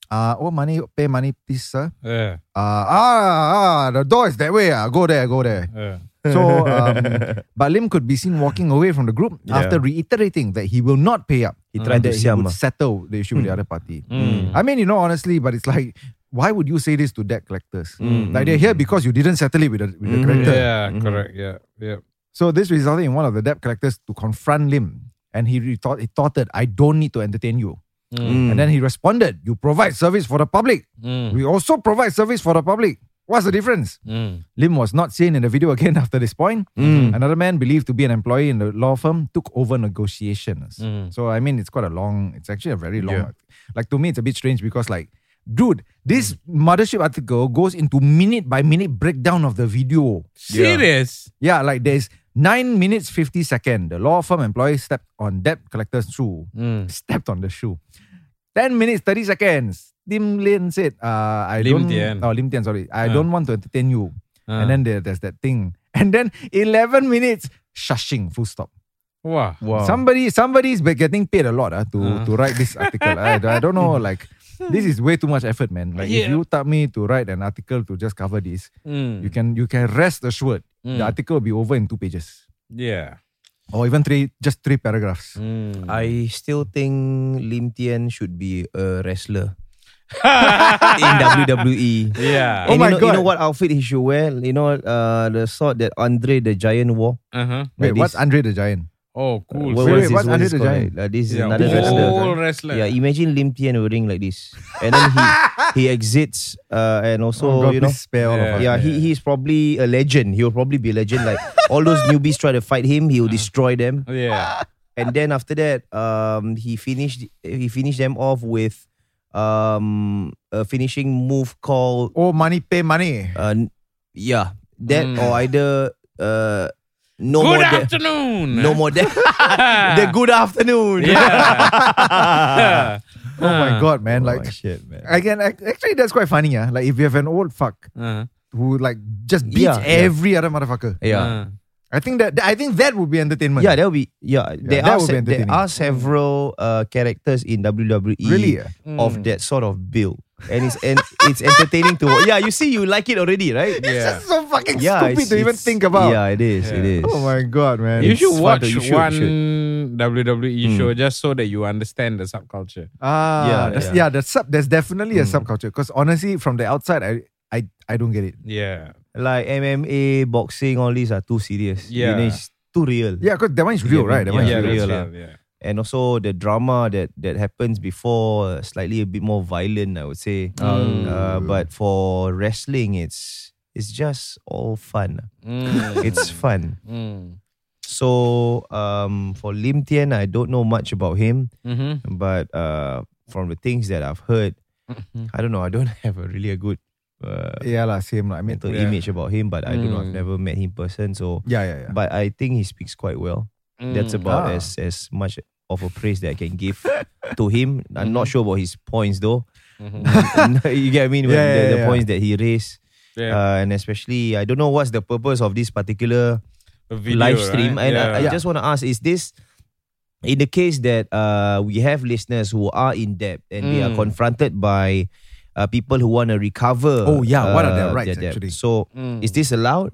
Speaker 2: Uh, oh, money, pay money, please, sir.
Speaker 3: Yeah.
Speaker 2: Uh, ah, ah, the door is that way. Ah. Go there, go there.
Speaker 3: Yeah.
Speaker 1: [laughs]
Speaker 2: So, um, but Lim could be seen walking away from the group after reiterating that he will not pay up. He
Speaker 1: tried to
Speaker 2: that he
Speaker 1: siam,
Speaker 2: would
Speaker 1: ah.
Speaker 2: settle the issue with the other party.
Speaker 1: Mm.
Speaker 2: I mean, you know, honestly, but it's like, why would you say this to debt collectors?
Speaker 1: Mm.
Speaker 2: Like they're here because you didn't settle it with the, with the creditor.
Speaker 3: Yeah, correct. Yeah, yeah.
Speaker 2: So this resulted in one of the debt collectors to confront Lim, and he retort- retorted, "I don't need to entertain you." And then he responded, "You provide service for the public. We also provide service for the public. What's the difference?" Lim was not seen in the video again [laughs] after this point. Another man believed to be an employee in the law firm took over negotiations. So I mean, it's quite a long. It's actually a very long. Like to me, it's a bit strange because like. Dude, this mothership article goes into minute by minute breakdown of the video.
Speaker 3: Serious?
Speaker 2: Yeah, like there's nine minutes
Speaker 3: Mm.
Speaker 2: fifty second. The law firm employee stepped on debt collector's shoe. Stepped on the shoe. 10 minutes, 30 seconds. Lim Lin said, uh, I
Speaker 3: Lim
Speaker 2: don't,
Speaker 3: Tian.
Speaker 2: Oh, Lim Tian, sorry. I
Speaker 3: Ah.
Speaker 2: don't want to entertain you.
Speaker 3: Ah.
Speaker 2: And then there, there's that thing. [laughs] And then 11 minutes, shushing, full stop.
Speaker 3: Wah.
Speaker 2: Somebody, somebody's been getting paid a lot uh, to
Speaker 3: Ah.
Speaker 2: to write this article. I, I don't
Speaker 3: [laughs]
Speaker 2: know, like this is way too much effort, man. Like if
Speaker 3: Yeah.
Speaker 2: you taught me to write an article to just cover this,
Speaker 3: Mm.
Speaker 2: you can you can rest assured
Speaker 3: Mm.
Speaker 2: the article will be over in two pages
Speaker 3: Yeah.
Speaker 2: or even three, just three paragraphs.
Speaker 3: Mm.
Speaker 1: I still think Lim Tian should be a wrestler
Speaker 3: [laughs]
Speaker 1: in WWE.
Speaker 3: Yeah.
Speaker 1: And
Speaker 2: Oh my
Speaker 1: you know, you
Speaker 2: God.
Speaker 1: know what outfit he should wear? You know, uh, the sword that Andre the Giant wore.
Speaker 3: Uh huh.
Speaker 2: Wait,
Speaker 1: Like
Speaker 2: what's
Speaker 1: this.
Speaker 2: Andre the Giant?
Speaker 3: Oh, cool.
Speaker 1: What was this?
Speaker 2: Wait, wait, what's
Speaker 1: What
Speaker 2: Andre
Speaker 1: is
Speaker 2: the
Speaker 1: this called?
Speaker 2: Giant?
Speaker 1: Like, this is
Speaker 3: yeah.
Speaker 1: another
Speaker 3: Old
Speaker 1: wrestler.
Speaker 3: wrestler.
Speaker 1: Yeah, imagine Lim Tian wearing like this, and then
Speaker 3: [laughs]
Speaker 1: he he exits, uh, and also
Speaker 2: oh, God,
Speaker 1: you know,
Speaker 2: please spare all of us.
Speaker 1: yeah, he he's probably a legend. He will probably be a legend. Like all those newbies try to fight him, he will
Speaker 3: Uh-huh.
Speaker 1: destroy them.
Speaker 3: Yeah.
Speaker 1: And then after that, um, he finished he finished them off with um a finishing move called
Speaker 2: Oh, money pay money.
Speaker 1: uh, n- yeah that
Speaker 2: Hmm.
Speaker 3: Mm.
Speaker 1: or either uh no
Speaker 3: Good
Speaker 1: more de-
Speaker 3: afternoon.
Speaker 1: no more
Speaker 3: [laughs]
Speaker 1: de- the good afternoon.
Speaker 3: Yeah.
Speaker 2: Oh
Speaker 1: Ah.
Speaker 2: my god, man! Like
Speaker 1: shit, man.
Speaker 2: I can ac- actually that's quite funny, yeah. Like if you have an old fuck
Speaker 3: Uh,
Speaker 2: who like just beats
Speaker 1: Uh-huh. Yeah, yeah.
Speaker 2: every other motherfucker,
Speaker 1: Yeah.
Speaker 2: I think that I think that would be entertainment.
Speaker 1: Yeah, that will be yeah. There are
Speaker 2: that would
Speaker 1: se-
Speaker 2: be
Speaker 1: there
Speaker 2: entertaining.
Speaker 1: are several uh, characters in WWE
Speaker 2: Really, Hmm. yeah?
Speaker 1: of that sort of build, and it's and it's entertaining to watch. Yeah, you see, you like it already, right? [laughs]
Speaker 3: Yeah.
Speaker 2: so fucking
Speaker 1: Yeah,
Speaker 2: stupid
Speaker 1: it's-
Speaker 2: to even
Speaker 1: it's-
Speaker 2: think about.
Speaker 1: Yeah, it is. It is.
Speaker 3: Yeah.
Speaker 2: Oh my god, man!
Speaker 3: You should
Speaker 1: fun
Speaker 3: watch
Speaker 1: to- you should,
Speaker 3: one
Speaker 1: should.
Speaker 3: WWE show just so that you understand the subculture.
Speaker 2: Ah,
Speaker 1: Yeah, yeah.
Speaker 2: that's,
Speaker 1: Mm.
Speaker 2: yeah. that's sub. There's definitely a subculture. Because honestly, from the outside, I, I, I don't get it.
Speaker 3: Yeah.
Speaker 1: Like MMA, boxing, all these are too serious. You know,
Speaker 3: Yeah.
Speaker 1: it's too real.
Speaker 2: Yeah, because that one is
Speaker 1: You get
Speaker 2: real,
Speaker 1: me?
Speaker 2: right? That one
Speaker 1: Yeah,
Speaker 2: is real.
Speaker 1: real
Speaker 3: that's
Speaker 1: lah.
Speaker 3: real, yeah.
Speaker 1: And also the drama that that happens before, uh, slightly a bit more violent, I would say.
Speaker 3: Mm.
Speaker 1: Uh, but for wrestling, it's it's just all fun.
Speaker 3: Mm,
Speaker 1: It's fun.
Speaker 3: mm.
Speaker 1: So um, for Lim Tian, I don't know much about him,
Speaker 3: Mhm.
Speaker 1: but uh, from the things that I've heard,
Speaker 3: Mm-hmm.
Speaker 1: I don't know. I don't [laughs] have a really a good uh,
Speaker 2: Yeah, lah, same. lah. I mean,
Speaker 1: mental
Speaker 3: Yeah.
Speaker 1: image about him, but I don't know. I've
Speaker 3: Mm.
Speaker 1: never met him in person, so
Speaker 2: yeah, yeah, yeah.
Speaker 1: but I think he speaks quite well. That's
Speaker 3: Mm.
Speaker 1: about
Speaker 2: Ah.
Speaker 1: as as much of a praise that I can
Speaker 3: [laughs]
Speaker 1: give to him. I'm
Speaker 3: Mm-hmm.
Speaker 1: not sure about his points though. [laughs] you get what I mean? When
Speaker 2: Yeah,
Speaker 1: the,
Speaker 2: yeah,
Speaker 1: the
Speaker 2: yeah.
Speaker 1: points that he raised.
Speaker 3: Yeah.
Speaker 1: Uh, and especially, I don't know what's the purpose of this particular
Speaker 3: A video,
Speaker 1: live stream.
Speaker 3: right?
Speaker 1: And I- I,
Speaker 2: Yeah.
Speaker 1: just want to ask: Is this in the case that uh, we have listeners who are in debt and they are
Speaker 3: Mm.
Speaker 1: confronted by uh, people who want to recover?
Speaker 2: Oh, yeah, what are their
Speaker 1: uh,
Speaker 2: rights,
Speaker 1: debt?
Speaker 2: actually?
Speaker 1: So,
Speaker 3: Mm.
Speaker 1: is this allowed?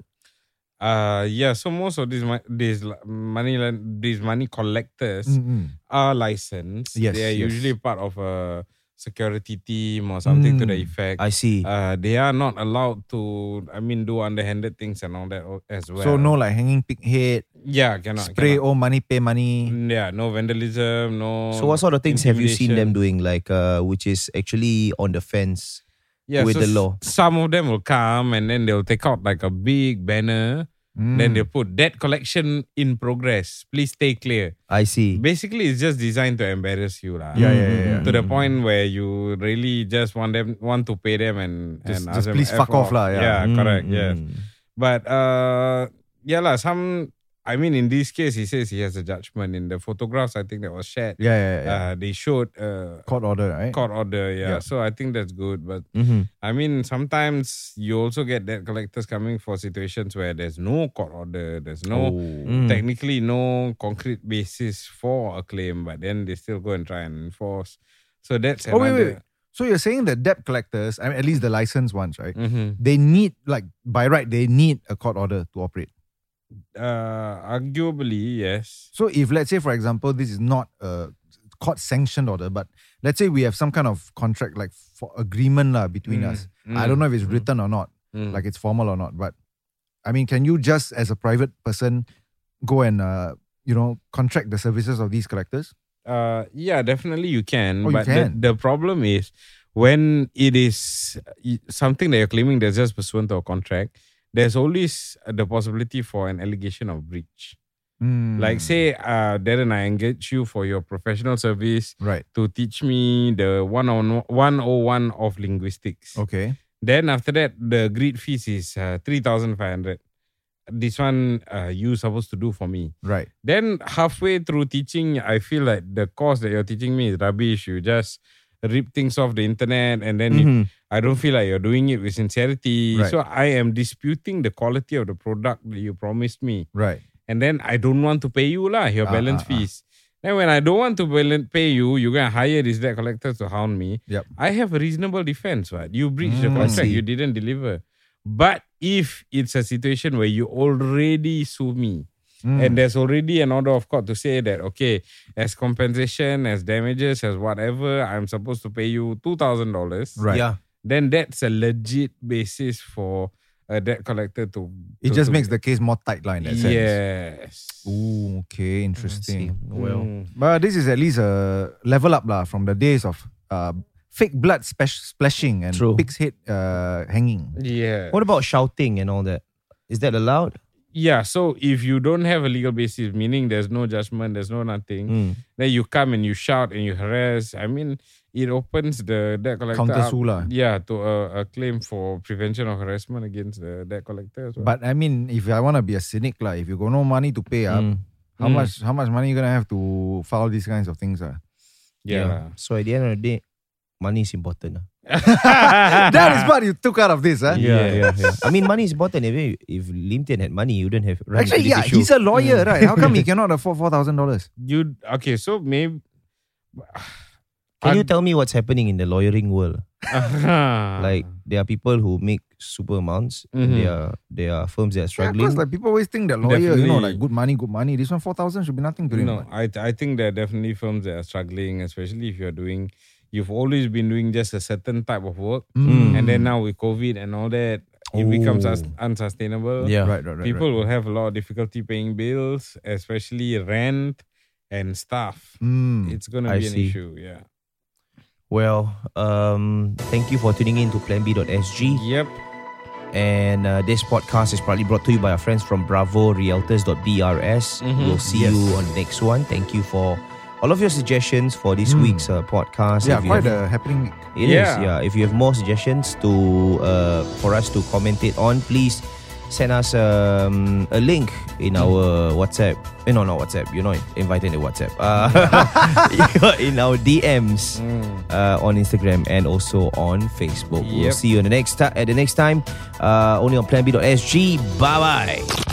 Speaker 3: Uh, yeah. So most of these mo- these li- money len- these money collectors
Speaker 1: Mm.
Speaker 2: Mm-mm.
Speaker 3: are licensed.
Speaker 2: Yes,
Speaker 3: they are
Speaker 2: yes.
Speaker 3: usually part of a security team or something to the
Speaker 2: Mm.
Speaker 3: effect.
Speaker 1: I see.
Speaker 3: uh, they are not allowed to. I mean, do underhanded things and all that o- as well.
Speaker 2: so no, like hanging pig head,
Speaker 3: Yeah, cannot
Speaker 2: spray
Speaker 3: cannot.
Speaker 2: all money, pay money.
Speaker 3: Yeah, no vandalism. No.
Speaker 1: So what sort of things have you seen them doing?
Speaker 3: intimidation.
Speaker 1: Like, uh, which is actually on the fence.
Speaker 3: yeah,
Speaker 1: with
Speaker 3: so
Speaker 1: the
Speaker 3: s-
Speaker 1: law?
Speaker 3: Some of them will come and then they'll take out like a big banner.
Speaker 2: Mm.
Speaker 3: Then they put that collection in progress. Please stay clear.
Speaker 1: I see.
Speaker 3: Basically, it's just designed to embarrass you, lah.
Speaker 2: Yeah, yeah, yeah. yeah.
Speaker 3: To the point where you really just want them, want to pay them and
Speaker 2: Just-
Speaker 3: and
Speaker 2: just
Speaker 3: ask them
Speaker 2: please
Speaker 3: F
Speaker 2: fuck off lah, yeah.
Speaker 1: Mm,
Speaker 3: correct. Yeah,
Speaker 1: mm.
Speaker 3: but uh, yeah lah. Some, I mean, in this case, he says he has a judgment in the photographs. I think that was shared.
Speaker 2: Yeah, yeah, yeah.
Speaker 3: Uh, they showed uh,
Speaker 2: Court order, right?
Speaker 3: court order.
Speaker 2: Yeah.
Speaker 3: Yeah.
Speaker 2: Mm-hmm.
Speaker 3: so I think that's good. But
Speaker 1: Mhm.
Speaker 3: I mean, sometimes you also get debt collectors coming for situations where there's no court order, there's
Speaker 2: Oh.
Speaker 3: no
Speaker 1: Mm.
Speaker 3: technically no concrete basis for a claim, but then they still go and try and enforce. So that's
Speaker 2: Oh, wait,
Speaker 3: another.
Speaker 2: wait. So you're saying that debt collectors, I mean, at least the licensed ones, right?
Speaker 3: Mhm.
Speaker 2: They need, like, by right, they need a court order to operate.
Speaker 3: Uh, arguably, yes.
Speaker 2: So if let's say, for example, this is not a court sanctioned order, but let's say we have some kind of contract like for agreement lah between
Speaker 3: Mm,
Speaker 2: us. I don't know if it's written or not,
Speaker 3: Mm.
Speaker 2: like it's formal or not. But I mean, can you just as a private person go and uh, you know contract the services of these collectors?
Speaker 3: Uh, yeah, definitely you can.
Speaker 2: Oh, you
Speaker 3: but
Speaker 2: can.
Speaker 3: The, the problem is when it is y- something that you're claiming that's just pursuant to a contract, there's always the possibility for an allegation of breach.
Speaker 2: Mm,
Speaker 3: Like, say, uh, Darren, I engage you for your professional service
Speaker 2: right?
Speaker 3: to teach me the one on 101 of linguistics.
Speaker 2: Okay.
Speaker 3: Then after that, the agreed fees is uh, 3,500. This one uh, you supposed to do for me.
Speaker 2: Right.
Speaker 3: Then halfway through teaching, I feel like the course that you're teaching me is rubbish. You just rip things off the internet and then you, I don't feel like you're doing it with sincerity.
Speaker 2: Right.
Speaker 3: So I am disputing the quality of the product that you promised me.
Speaker 2: Right.
Speaker 3: And then I don't want to pay you
Speaker 2: Ah,
Speaker 3: lah, your balance fees. Then when I don't want to balan- pay you, you're going to hire these debt collectors to hound me.
Speaker 2: Yep.
Speaker 3: I have a reasonable defense, right? You breached
Speaker 2: Mm,
Speaker 3: the contract, you didn't deliver. But if it's a situation where you already sue me,
Speaker 2: Mm.
Speaker 3: and there's already an order of court to say that, okay, as compensation, as damages, as whatever, I'm supposed to pay you $2,000.
Speaker 2: Right.
Speaker 1: Yeah.
Speaker 3: Then that's a legit basis for a debt collector to.
Speaker 2: It
Speaker 3: to-
Speaker 2: just
Speaker 3: to-
Speaker 2: makes the case more tight line. in that sense.
Speaker 3: Yes.
Speaker 2: Ooh, okay, interesting. Oh,
Speaker 1: Hmm.
Speaker 3: Mm.
Speaker 2: But this is at least a level up lah from the days of uh, fake blood splash- splashing and
Speaker 1: True.
Speaker 2: pig's head uh, hanging.
Speaker 3: Yeah.
Speaker 1: What about shouting and all that? Is that allowed?
Speaker 3: Yeah, so if you don't have a legal basis, meaning there's no judgment, there's no nothing,
Speaker 1: Mm.
Speaker 3: then you come and you shout and you harass. I mean, it opens the debt collector
Speaker 2: Counter
Speaker 3: up,
Speaker 2: sue lah.
Speaker 3: Yeah, to a, a claim for prevention of harassment against the debt collector. As well.
Speaker 2: But I mean, if I want to be a cynic, lah, if you got no money to pay up, how
Speaker 1: Hmm.
Speaker 3: Mm.
Speaker 2: much how much money you gonna have to file these kinds of things?
Speaker 1: [laughs]
Speaker 2: ah?
Speaker 3: [laughs] yeah,
Speaker 1: So at the end of the day, money is important. ah.
Speaker 2: that is what you took out of this, ah. huh?
Speaker 1: Yeah, yeah, I mean, money is important. If, if Lim Tian had money, he wouldn't have run into
Speaker 2: Actually,
Speaker 1: this
Speaker 2: yeah,
Speaker 1: issue. Hmm.
Speaker 2: he's a lawyer, right? How
Speaker 1: [laughs]
Speaker 2: come he cannot afford four thousand dollars?
Speaker 3: you okay? So maybe [sighs]
Speaker 1: Can you tell me what's happening in the lawyering world?
Speaker 3: like [laughs]
Speaker 1: Like there are people who make super amounts. and
Speaker 3: Mhm.
Speaker 1: There are there are firms that are
Speaker 2: Yeah,
Speaker 1: struggling.
Speaker 2: because like people always think that lawyer, you know,
Speaker 3: Definitely.
Speaker 2: like good money, good money. This one four thousand should be nothing to him.
Speaker 3: no,
Speaker 2: what.
Speaker 3: I I think there are definitely firms that are struggling, especially if you're doing. You've always been doing just a certain type of work,
Speaker 1: Mm.
Speaker 3: and then now with COVID and all that, it becomes us unsustainable.
Speaker 1: yeah.
Speaker 2: Right, right, right.
Speaker 3: people will have a lot of difficulty paying bills, especially rent and stuff.
Speaker 2: right. Mm.
Speaker 3: It's gonna
Speaker 1: I
Speaker 3: be an
Speaker 1: see.
Speaker 3: issue. Yeah.
Speaker 1: Well, um, thank you for tuning in to PlanB.sg.
Speaker 3: Yep.
Speaker 1: And uh, this podcast is proudly brought to you by our friends from Bravo Realtors.brs.
Speaker 2: Mm-hmm.
Speaker 1: We'll see you on the next one. Thank you for all of your suggestions for this week's uh, podcast.
Speaker 2: Mm. Yeah,
Speaker 1: If you
Speaker 2: quite
Speaker 1: have-
Speaker 2: a happening week.
Speaker 1: It is, yeah.
Speaker 3: Yeah.
Speaker 1: If you have more suggestions to uh, for us to commentate on, please send us um, a link in our WhatsApp. Eh, no, not WhatsApp. You're not invited in the WhatsApp.
Speaker 3: [laughs]
Speaker 1: Uh, [laughs] in our DMs
Speaker 3: Mm.
Speaker 1: uh, on Instagram and also on Facebook. We'll
Speaker 3: Yep.
Speaker 1: see you in the next ti- at the next time. Uh, only on PlanB.sg. Bye bye.